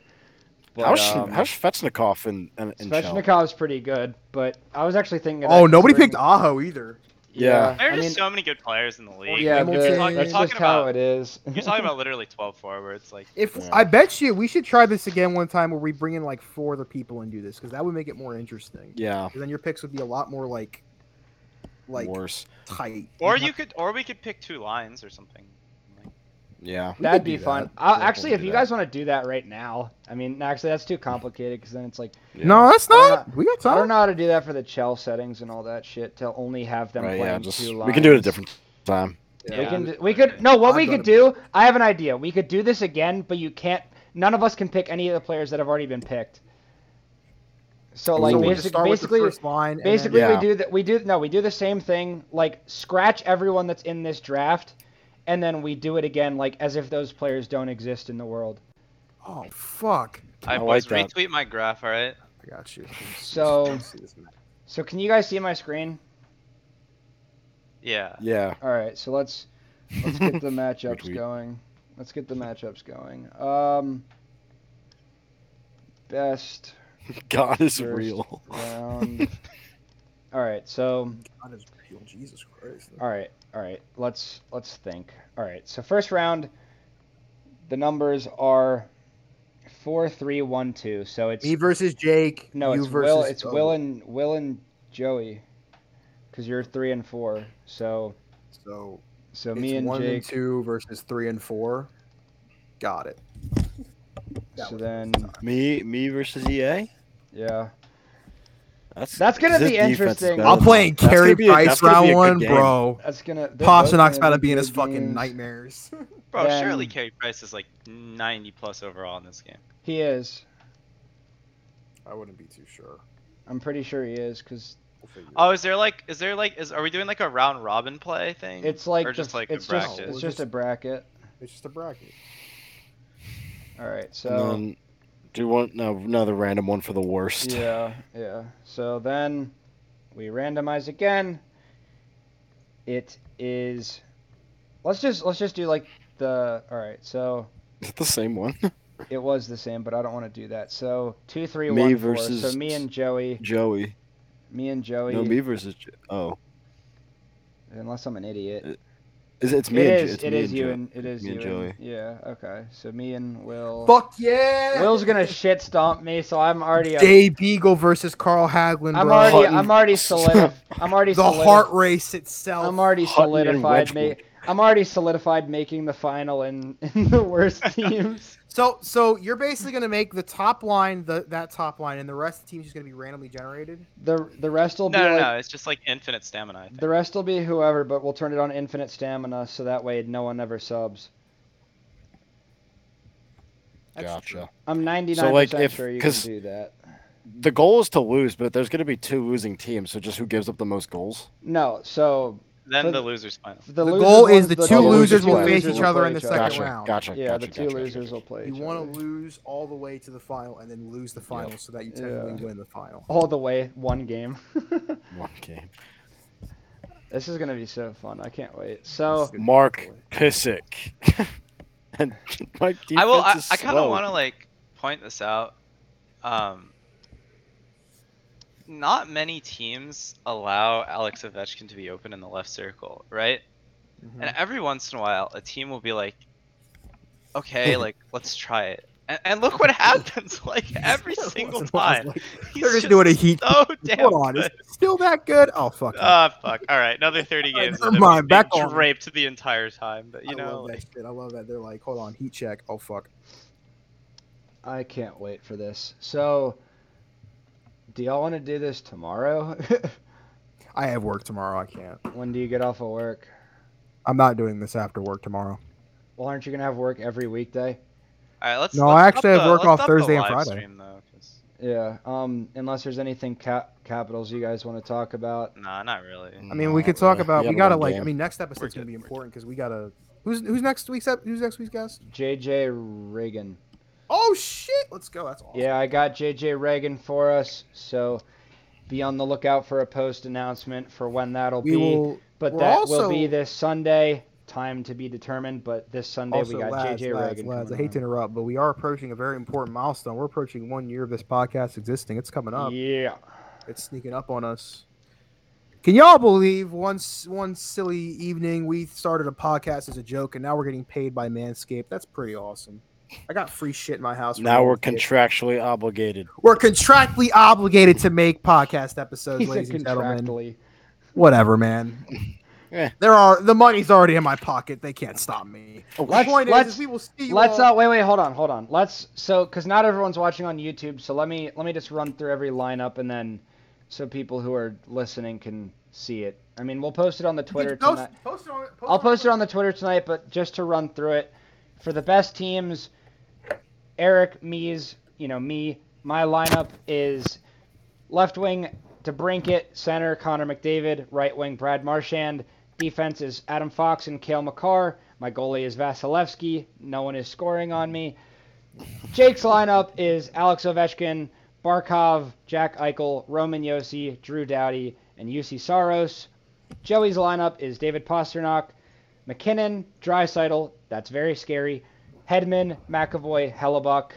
[SPEAKER 2] But,
[SPEAKER 4] how's
[SPEAKER 2] um,
[SPEAKER 4] how's Svechnikov in, in, in Shell?
[SPEAKER 2] Svechnikov's pretty good, but I was actually thinking. of
[SPEAKER 6] Oh,
[SPEAKER 2] that
[SPEAKER 6] nobody
[SPEAKER 2] considering-
[SPEAKER 6] picked Aho either.
[SPEAKER 4] Yeah.
[SPEAKER 5] There are
[SPEAKER 2] I
[SPEAKER 5] just
[SPEAKER 2] mean-
[SPEAKER 5] so many good players in the league.
[SPEAKER 2] Yeah,
[SPEAKER 6] Hamilton.
[SPEAKER 2] the-
[SPEAKER 6] You're talking-
[SPEAKER 2] that's
[SPEAKER 5] you're
[SPEAKER 2] just
[SPEAKER 5] talking
[SPEAKER 2] how
[SPEAKER 5] about-
[SPEAKER 2] it is.
[SPEAKER 5] You're talking about literally 12 forwards. Like,
[SPEAKER 6] If
[SPEAKER 4] Yeah.
[SPEAKER 6] I bet you, we should try this again one time where we bring in like four other people and do this because that would make it more interesting.
[SPEAKER 4] Yeah,
[SPEAKER 6] 'Cause Then your picks would be a lot more like, like
[SPEAKER 4] worse.
[SPEAKER 6] tight.
[SPEAKER 5] or you could, or we could pick two lines or something. Like,
[SPEAKER 4] Yeah,
[SPEAKER 6] We
[SPEAKER 2] That'd
[SPEAKER 6] could
[SPEAKER 2] be
[SPEAKER 6] do
[SPEAKER 2] fun.
[SPEAKER 6] that.
[SPEAKER 2] I'll,
[SPEAKER 4] Yeah,
[SPEAKER 2] actually,
[SPEAKER 4] we'll
[SPEAKER 2] if
[SPEAKER 4] do
[SPEAKER 2] you
[SPEAKER 4] that.
[SPEAKER 2] guys want to do that right now, I mean, actually, that's too complicated because then it's like
[SPEAKER 4] yeah.
[SPEAKER 6] No, that's
[SPEAKER 2] I don't
[SPEAKER 6] not. We got
[SPEAKER 2] I don't
[SPEAKER 6] time.
[SPEAKER 2] know how to do that for the chell settings and all that shit to only have them
[SPEAKER 4] Right,
[SPEAKER 2] playing
[SPEAKER 4] yeah, just,
[SPEAKER 2] two lines.
[SPEAKER 4] we can do it a different time.
[SPEAKER 2] We
[SPEAKER 5] Yeah.
[SPEAKER 2] can. Do, we could. No, what
[SPEAKER 6] I've
[SPEAKER 2] we
[SPEAKER 6] done
[SPEAKER 2] could
[SPEAKER 6] it
[SPEAKER 2] do. I have an idea. We could do this again, but you can't. None of us can pick any of the players that have already been picked. So like
[SPEAKER 6] so we just
[SPEAKER 2] basic,
[SPEAKER 6] start
[SPEAKER 2] basically,
[SPEAKER 6] with the first line. and then-
[SPEAKER 2] Basically,
[SPEAKER 4] Yeah.
[SPEAKER 2] we do that. We do no. We do the same thing. Like scratch everyone that's in this draft, and then we do it again, like as if those players don't exist in the world.
[SPEAKER 6] oh fuck!
[SPEAKER 5] I,
[SPEAKER 4] I
[SPEAKER 5] boys,
[SPEAKER 4] like that.
[SPEAKER 5] retweet my graph, all right?
[SPEAKER 6] I got you.
[SPEAKER 2] So,
[SPEAKER 6] Let's see this map.
[SPEAKER 2] so can you guys see my screen?
[SPEAKER 5] Yeah.
[SPEAKER 4] Yeah,
[SPEAKER 2] All right. So let's let's get the matchups
[SPEAKER 4] Retweet.
[SPEAKER 2] going. Let's get the matchups going. Um, best
[SPEAKER 4] God is
[SPEAKER 2] First.
[SPEAKER 4] real.
[SPEAKER 2] round. All right. So
[SPEAKER 6] God is real. Jesus Christ.
[SPEAKER 2] All right, all right. Let's let's think. All right. So first round, the numbers are four, three, one, two. So it's
[SPEAKER 6] Me versus Jake.
[SPEAKER 2] no,
[SPEAKER 6] you
[SPEAKER 2] it's
[SPEAKER 6] versus
[SPEAKER 2] Will, it's
[SPEAKER 6] Joey.
[SPEAKER 2] Will and Will and Joey, because you're three and four. So
[SPEAKER 6] So
[SPEAKER 2] so
[SPEAKER 6] it's
[SPEAKER 2] me and
[SPEAKER 6] one and
[SPEAKER 2] Jake.
[SPEAKER 6] two versus three and four. Got it. That
[SPEAKER 2] so
[SPEAKER 6] was-
[SPEAKER 2] then
[SPEAKER 4] Me, me versus EA.
[SPEAKER 2] yeah.
[SPEAKER 4] That's
[SPEAKER 2] That's gonna
[SPEAKER 4] his
[SPEAKER 2] be
[SPEAKER 4] defense is
[SPEAKER 2] interesting.
[SPEAKER 4] better
[SPEAKER 6] I'll
[SPEAKER 4] than
[SPEAKER 6] play in
[SPEAKER 4] mine. That's gonna
[SPEAKER 6] carry
[SPEAKER 4] be a- that's
[SPEAKER 6] price
[SPEAKER 4] gonna
[SPEAKER 6] round
[SPEAKER 4] be a good
[SPEAKER 6] one,
[SPEAKER 4] game.
[SPEAKER 6] bro.
[SPEAKER 2] That's gonna. they're both
[SPEAKER 6] Pasternak
[SPEAKER 2] gonna
[SPEAKER 6] about to
[SPEAKER 2] be
[SPEAKER 6] be in his
[SPEAKER 2] good
[SPEAKER 6] fucking
[SPEAKER 2] games.
[SPEAKER 6] nightmares.
[SPEAKER 5] Bro,
[SPEAKER 2] Then-
[SPEAKER 5] surely Carey Price is like 90 plus overall in this game.
[SPEAKER 2] He is.
[SPEAKER 6] I wouldn't be too sure.
[SPEAKER 2] I'm pretty sure he is, cause
[SPEAKER 6] We'll figure it out.
[SPEAKER 5] Oh, is there like, is there like, is are we doing like a round robin play thing?
[SPEAKER 2] it's like
[SPEAKER 5] or
[SPEAKER 2] the-
[SPEAKER 5] just like
[SPEAKER 2] it's
[SPEAKER 5] a
[SPEAKER 2] just
[SPEAKER 5] bracket.
[SPEAKER 2] it's
[SPEAKER 6] We'll
[SPEAKER 2] just a
[SPEAKER 6] just-
[SPEAKER 2] bracket.
[SPEAKER 6] It's just a bracket.
[SPEAKER 2] All right. So.
[SPEAKER 4] And then, do you want no another random one for the worst?
[SPEAKER 2] Yeah, yeah. So then we randomize again. It is let's just let's just do like the all right. So
[SPEAKER 4] Is it the same one?
[SPEAKER 2] it was the same, but I don't want to do that. So two, three,
[SPEAKER 4] Me
[SPEAKER 2] one, four.
[SPEAKER 4] versus-
[SPEAKER 2] So me and Joey,
[SPEAKER 4] Joey.
[SPEAKER 2] me and Joey.
[SPEAKER 4] No, me versus. Jo- Oh,
[SPEAKER 2] Unless I'm an idiot.
[SPEAKER 4] is it, it's
[SPEAKER 2] It
[SPEAKER 4] me. and, Jo-
[SPEAKER 2] is.
[SPEAKER 4] it's
[SPEAKER 2] It
[SPEAKER 4] me
[SPEAKER 2] is
[SPEAKER 4] and
[SPEAKER 2] you
[SPEAKER 4] Jo-
[SPEAKER 2] and it is
[SPEAKER 4] me
[SPEAKER 2] you.
[SPEAKER 4] and
[SPEAKER 2] and- Yeah. Okay. So me and Will.
[SPEAKER 6] Fuck yeah!
[SPEAKER 2] Will's gonna shit stomp me, so I'm already. A,
[SPEAKER 6] Dave Beagle versus Carl Haglin,
[SPEAKER 2] I'm
[SPEAKER 6] bro.
[SPEAKER 2] already.
[SPEAKER 4] Hutton.
[SPEAKER 2] I'm already solid. I'm already.
[SPEAKER 6] the
[SPEAKER 2] solid-
[SPEAKER 6] heart race itself.
[SPEAKER 2] I'm already
[SPEAKER 4] Hutton and
[SPEAKER 2] solidified. Ma-
[SPEAKER 4] Wedgwood.
[SPEAKER 2] I'm already solidified making the final in, in the worst teams.
[SPEAKER 6] so so you're basically gonna make the top line the that top line, and the rest of the team's just gonna be randomly generated.
[SPEAKER 2] The the rest will
[SPEAKER 5] No,
[SPEAKER 2] be
[SPEAKER 5] no,
[SPEAKER 2] like,
[SPEAKER 5] no. It's just like infinite stamina. I think.
[SPEAKER 2] the rest will be whoever, but we'll turn it on infinite stamina so that way no one ever subs.
[SPEAKER 6] That's true.
[SPEAKER 4] Gotcha.
[SPEAKER 2] I'm 99%
[SPEAKER 4] if-
[SPEAKER 2] sure you can
[SPEAKER 4] 'cause-
[SPEAKER 2] do that.
[SPEAKER 4] The goal is to lose, but there's going to be two losing teams. So just who gives up the most goals?
[SPEAKER 2] No, so
[SPEAKER 5] Then
[SPEAKER 2] but-
[SPEAKER 5] the loser's final.
[SPEAKER 2] the,
[SPEAKER 6] The
[SPEAKER 2] losers
[SPEAKER 6] goal
[SPEAKER 2] will-
[SPEAKER 6] is the two losers
[SPEAKER 4] the losers
[SPEAKER 6] will
[SPEAKER 4] will
[SPEAKER 6] face
[SPEAKER 4] play
[SPEAKER 6] each
[SPEAKER 4] each
[SPEAKER 6] other in the
[SPEAKER 2] other.
[SPEAKER 6] second
[SPEAKER 4] gotcha.
[SPEAKER 6] round.
[SPEAKER 4] Gotcha.
[SPEAKER 2] Yeah,
[SPEAKER 4] gotcha,
[SPEAKER 2] the two
[SPEAKER 4] gotcha,
[SPEAKER 2] losers
[SPEAKER 4] gotcha.
[SPEAKER 2] will play.
[SPEAKER 6] You
[SPEAKER 2] each
[SPEAKER 6] want
[SPEAKER 2] other.
[SPEAKER 6] to lose all the way to the final, and then lose the final, so that you technically win the final.
[SPEAKER 2] all the way one game.
[SPEAKER 4] One game.
[SPEAKER 2] this is gonna be so fun. I can't wait. So
[SPEAKER 4] Mark Pissick. and my defense
[SPEAKER 5] I will. I,
[SPEAKER 4] is
[SPEAKER 5] I kind
[SPEAKER 4] slow.
[SPEAKER 5] of want to like point this out. Um, not many teams allow Alex Ovechkin to be open in the left circle, right?
[SPEAKER 2] Mm-hmm.
[SPEAKER 5] And every once in a while, a team will be like, "Okay, like let's try it," and, and look what happens. Like every single time, he's
[SPEAKER 6] just doing a heat-
[SPEAKER 5] So damn
[SPEAKER 6] Hold on, is
[SPEAKER 5] good.
[SPEAKER 6] it still that good? Oh fuck! it.
[SPEAKER 5] Ah, fuck. All right, another 30
[SPEAKER 6] Alright,
[SPEAKER 5] games.
[SPEAKER 6] never
[SPEAKER 5] and then
[SPEAKER 6] mind,
[SPEAKER 5] they
[SPEAKER 6] back on.
[SPEAKER 5] draped the entire time, but you
[SPEAKER 6] I
[SPEAKER 5] know,
[SPEAKER 6] love
[SPEAKER 5] like,
[SPEAKER 6] that shit. I love that. They're like, hold on, heat check. Oh fuck.
[SPEAKER 2] I can't wait for this. So do y'all want to do this tomorrow?
[SPEAKER 6] I have work tomorrow. I can't.
[SPEAKER 2] when do you get off of work?
[SPEAKER 6] I'm not doing this after work tomorrow.
[SPEAKER 2] Well, aren't you gonna have work every weekday?
[SPEAKER 5] all right, let's.
[SPEAKER 6] No,
[SPEAKER 5] let's
[SPEAKER 6] I
[SPEAKER 5] up
[SPEAKER 6] actually have
[SPEAKER 5] the-
[SPEAKER 6] work
[SPEAKER 5] let's
[SPEAKER 6] off
[SPEAKER 5] up the
[SPEAKER 6] Thursday and
[SPEAKER 5] live
[SPEAKER 6] Friday.
[SPEAKER 5] Stream, though, 'cause-
[SPEAKER 2] Yeah. Um, unless there's anything cap capitals you guys want to talk about.
[SPEAKER 5] Nah, not really.
[SPEAKER 6] I mean, we
[SPEAKER 4] Not
[SPEAKER 6] could talk
[SPEAKER 4] really.
[SPEAKER 6] about. We
[SPEAKER 4] gotta
[SPEAKER 6] gotta
[SPEAKER 4] win
[SPEAKER 6] like. I
[SPEAKER 4] games.
[SPEAKER 6] mean, next episode's
[SPEAKER 5] We're
[SPEAKER 6] gonna be
[SPEAKER 5] good.
[SPEAKER 6] important because we gotta. Who's who's next week's ep- who's next week's guest?
[SPEAKER 2] JJ Reagan.
[SPEAKER 6] Oh shit! Let's go. That's awesome.
[SPEAKER 2] Yeah, I got JJ Reagan for us. So be on the lookout for a post announcement for when that'll
[SPEAKER 6] We
[SPEAKER 2] be.
[SPEAKER 6] will.
[SPEAKER 2] But
[SPEAKER 6] We're
[SPEAKER 2] that will
[SPEAKER 6] also-
[SPEAKER 2] be this Sunday. Time to be determined. But this Sunday
[SPEAKER 6] Also,
[SPEAKER 2] we got
[SPEAKER 6] lads,
[SPEAKER 2] JJ
[SPEAKER 6] lads,
[SPEAKER 2] Reagan.
[SPEAKER 6] lads, I
[SPEAKER 2] coming
[SPEAKER 6] hate to interrupt, but we are approaching a very important milestone. We're approaching one year of this podcast existing. It's coming
[SPEAKER 2] on.
[SPEAKER 6] up.
[SPEAKER 2] Yeah.
[SPEAKER 6] It's sneaking up on us. Can y'all believe once one silly evening we started a podcast as a joke and now we're getting paid by Manscaped? That's pretty awesome. I got free shit in my house. for
[SPEAKER 4] Now
[SPEAKER 6] all
[SPEAKER 4] we're
[SPEAKER 6] the kids.
[SPEAKER 4] contractually obligated.
[SPEAKER 6] we're contractually obligated to make podcast episodes,
[SPEAKER 2] He said
[SPEAKER 6] ladies and gentlemen.
[SPEAKER 2] contractually.
[SPEAKER 6] Whatever, man.
[SPEAKER 4] Eh.
[SPEAKER 6] There are the money's already in my pocket. They can't stop me.
[SPEAKER 2] Oh, Let's-
[SPEAKER 6] the point is,
[SPEAKER 2] let's-
[SPEAKER 6] is we will see you
[SPEAKER 2] Let's
[SPEAKER 6] all-
[SPEAKER 2] uh wait wait hold on hold on. Let's so because not everyone's watching on YouTube. So let me let me just run through every lineup and then so people who are listening can see it. I mean we'll post it on the Twitter
[SPEAKER 6] Post-
[SPEAKER 2] tonight.
[SPEAKER 6] post it on- post
[SPEAKER 2] I'll post it on the Twitter tonight, but just to run through it, for the best teams, Eric, me's, you know, me, my lineup is left wing DeBrinket, center Connor McDavid, right wing Brad Marchand, defense is Adam Fox and Kale McCarr. My goalie is Vasilevsky. No one is scoring on me. Jake's lineup is Alex Ovechkin, Barkov, Jack Eichel, Roman Yossi, Drew Doughty, and UC Saros. Joey's lineup is David Pasternak, McKinnon, Drysital. That's very scary. Hedman, McAvoy, Hellebuck.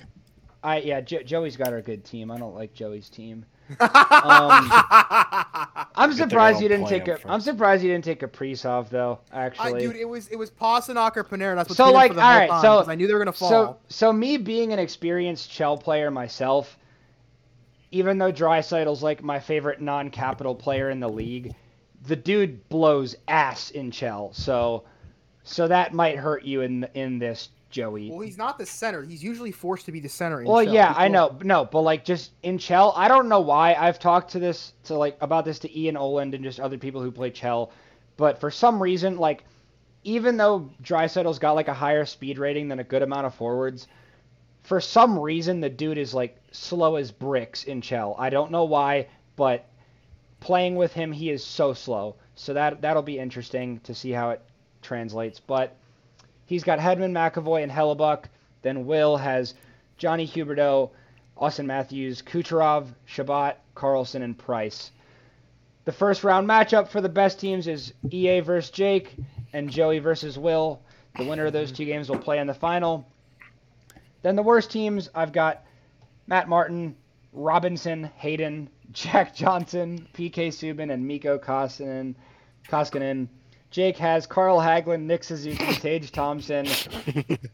[SPEAKER 2] I yeah, jo- Joey's got our good team. I don't like Joey's team. Um, I'm
[SPEAKER 4] Good thing I
[SPEAKER 2] surprised
[SPEAKER 4] don't
[SPEAKER 2] you didn't
[SPEAKER 4] play
[SPEAKER 2] take a.
[SPEAKER 4] him
[SPEAKER 2] am
[SPEAKER 4] first.
[SPEAKER 2] surprised you didn't take a Kaprizov though.
[SPEAKER 6] I,
[SPEAKER 2] Actually,
[SPEAKER 6] dude, it was it was Pasternak or Panarin. That's what
[SPEAKER 2] So,
[SPEAKER 6] so
[SPEAKER 2] like,
[SPEAKER 6] like, for the whole
[SPEAKER 2] alright,
[SPEAKER 6] time,
[SPEAKER 2] so-
[SPEAKER 6] 'cause I knew they were gonna fall.
[SPEAKER 2] So, so me being an experienced shell player myself, even though Drysaitel's like my favorite non-capital player in the league, the dude blows ass in shell. So, so that might hurt you in in this Joey.
[SPEAKER 6] well, he's not the center. He's usually forced to be the center. in
[SPEAKER 2] Well,
[SPEAKER 6] shell.
[SPEAKER 2] yeah,
[SPEAKER 6] He's
[SPEAKER 2] I
[SPEAKER 6] more-
[SPEAKER 2] know. No, but like just in Chell, I don't know why. I've talked to this to like about this to Ian Oland and just other people who play Chell, but for some reason, like even though Drysaitel's got like a higher speed rating than a good amount of forwards, for some reason the dude is like slow as bricks in Chell. I don't know why, but playing with him, he is so slow. So that that'll be interesting to see how it translates. But he's got Hedman, McAvoy, and Hellebuck. Then Will has Johnny Huberto, Austin Matthews, Kucherov, Shabbat, Carlson, and Price. The first round matchup for the best teams is EA versus Jake and Joey versus Will. The winner of those two games will play in the final. Then the worst teams, I've got Matt Martin, Robinson, Hayden, Jack Johnson, PK Subban, and Miko Koskinen. Koskinen. Jake has Carl Haglin, Nick Suzuki, Tage Thompson,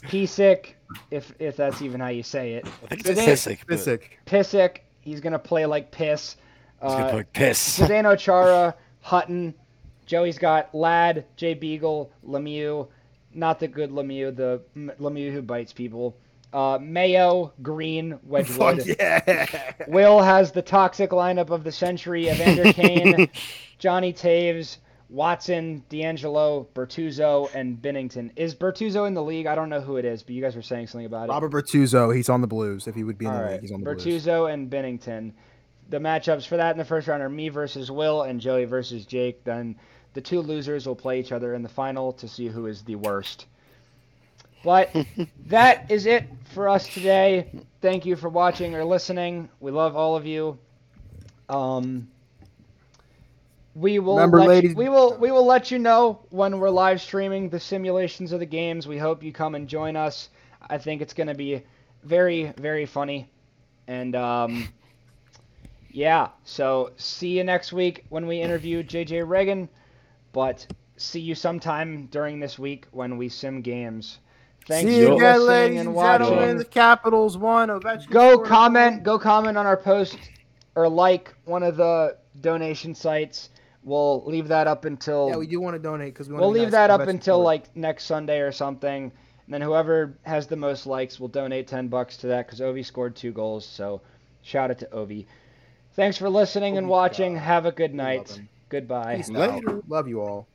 [SPEAKER 2] Pisick, if if that's even how you say it.
[SPEAKER 4] I think
[SPEAKER 2] But
[SPEAKER 4] it's
[SPEAKER 2] then-
[SPEAKER 4] Sissick. but He's
[SPEAKER 6] Pisick.
[SPEAKER 2] Pisick, he's gonna play like piss.
[SPEAKER 4] gonna
[SPEAKER 2] Uh,
[SPEAKER 4] put like piss.
[SPEAKER 2] Zdeno Chara, Hutton, Joey's got Ladd, Jay Beagle, Lemieux, not the good Lemieux, the M- Lemieux who bites people. Uh, Mayo, Green, Wedgwood.
[SPEAKER 6] Fuck yeah.
[SPEAKER 2] Will has the toxic lineup of the century: Evander Kane, Johnny Taves, Watson, D'Angelo, Bertuzzo, and Bennington. Is Bertuzzo in the league? I don't know who it is, but you guys were saying something about it.
[SPEAKER 6] Robert Bertuzzo, he's on the Blues. If he would be in
[SPEAKER 2] All
[SPEAKER 6] the
[SPEAKER 2] right,
[SPEAKER 6] league, he's on the Blues.
[SPEAKER 2] Bertuzzo and Bennington. The matchups for that in the first round are me versus Will and Joey versus Jake. Then the two losers will play each other in the final to see who is the worst. But that is it for us today. Thank you for watching or listening. We love all of you. Um, we will
[SPEAKER 6] Remember,
[SPEAKER 2] let
[SPEAKER 6] ladies-
[SPEAKER 2] we will we will let you know when we're live streaming the simulations of the games. We hope you come and join us. I think it's going to be very very funny. And um, yeah, so see you next week when we interview JJ Reagan, but see you sometime during this week when we sim games. Thank
[SPEAKER 6] See
[SPEAKER 2] you
[SPEAKER 6] you
[SPEAKER 2] for
[SPEAKER 6] again,
[SPEAKER 2] listening
[SPEAKER 6] ladies
[SPEAKER 2] and
[SPEAKER 6] and
[SPEAKER 2] watching.
[SPEAKER 6] gentlemen. The Capitals won. Ovechkin
[SPEAKER 2] Go
[SPEAKER 6] scored a goal.
[SPEAKER 2] comment, go comment on our post or like one of the donation sites. We'll leave that up until
[SPEAKER 6] Yeah, we do want to donate because we want
[SPEAKER 2] we'll
[SPEAKER 6] to
[SPEAKER 2] leave that up until like next Sunday or something. And then whoever has the most likes will donate 10 bucks to that because Ovi scored two goals. So shout out to Ovi. Thanks for listening and
[SPEAKER 6] Ovi's
[SPEAKER 2] watching.
[SPEAKER 6] God.
[SPEAKER 2] Have a good
[SPEAKER 6] love
[SPEAKER 2] night.
[SPEAKER 6] him.
[SPEAKER 2] Goodbye.
[SPEAKER 6] Peace out. Love you all.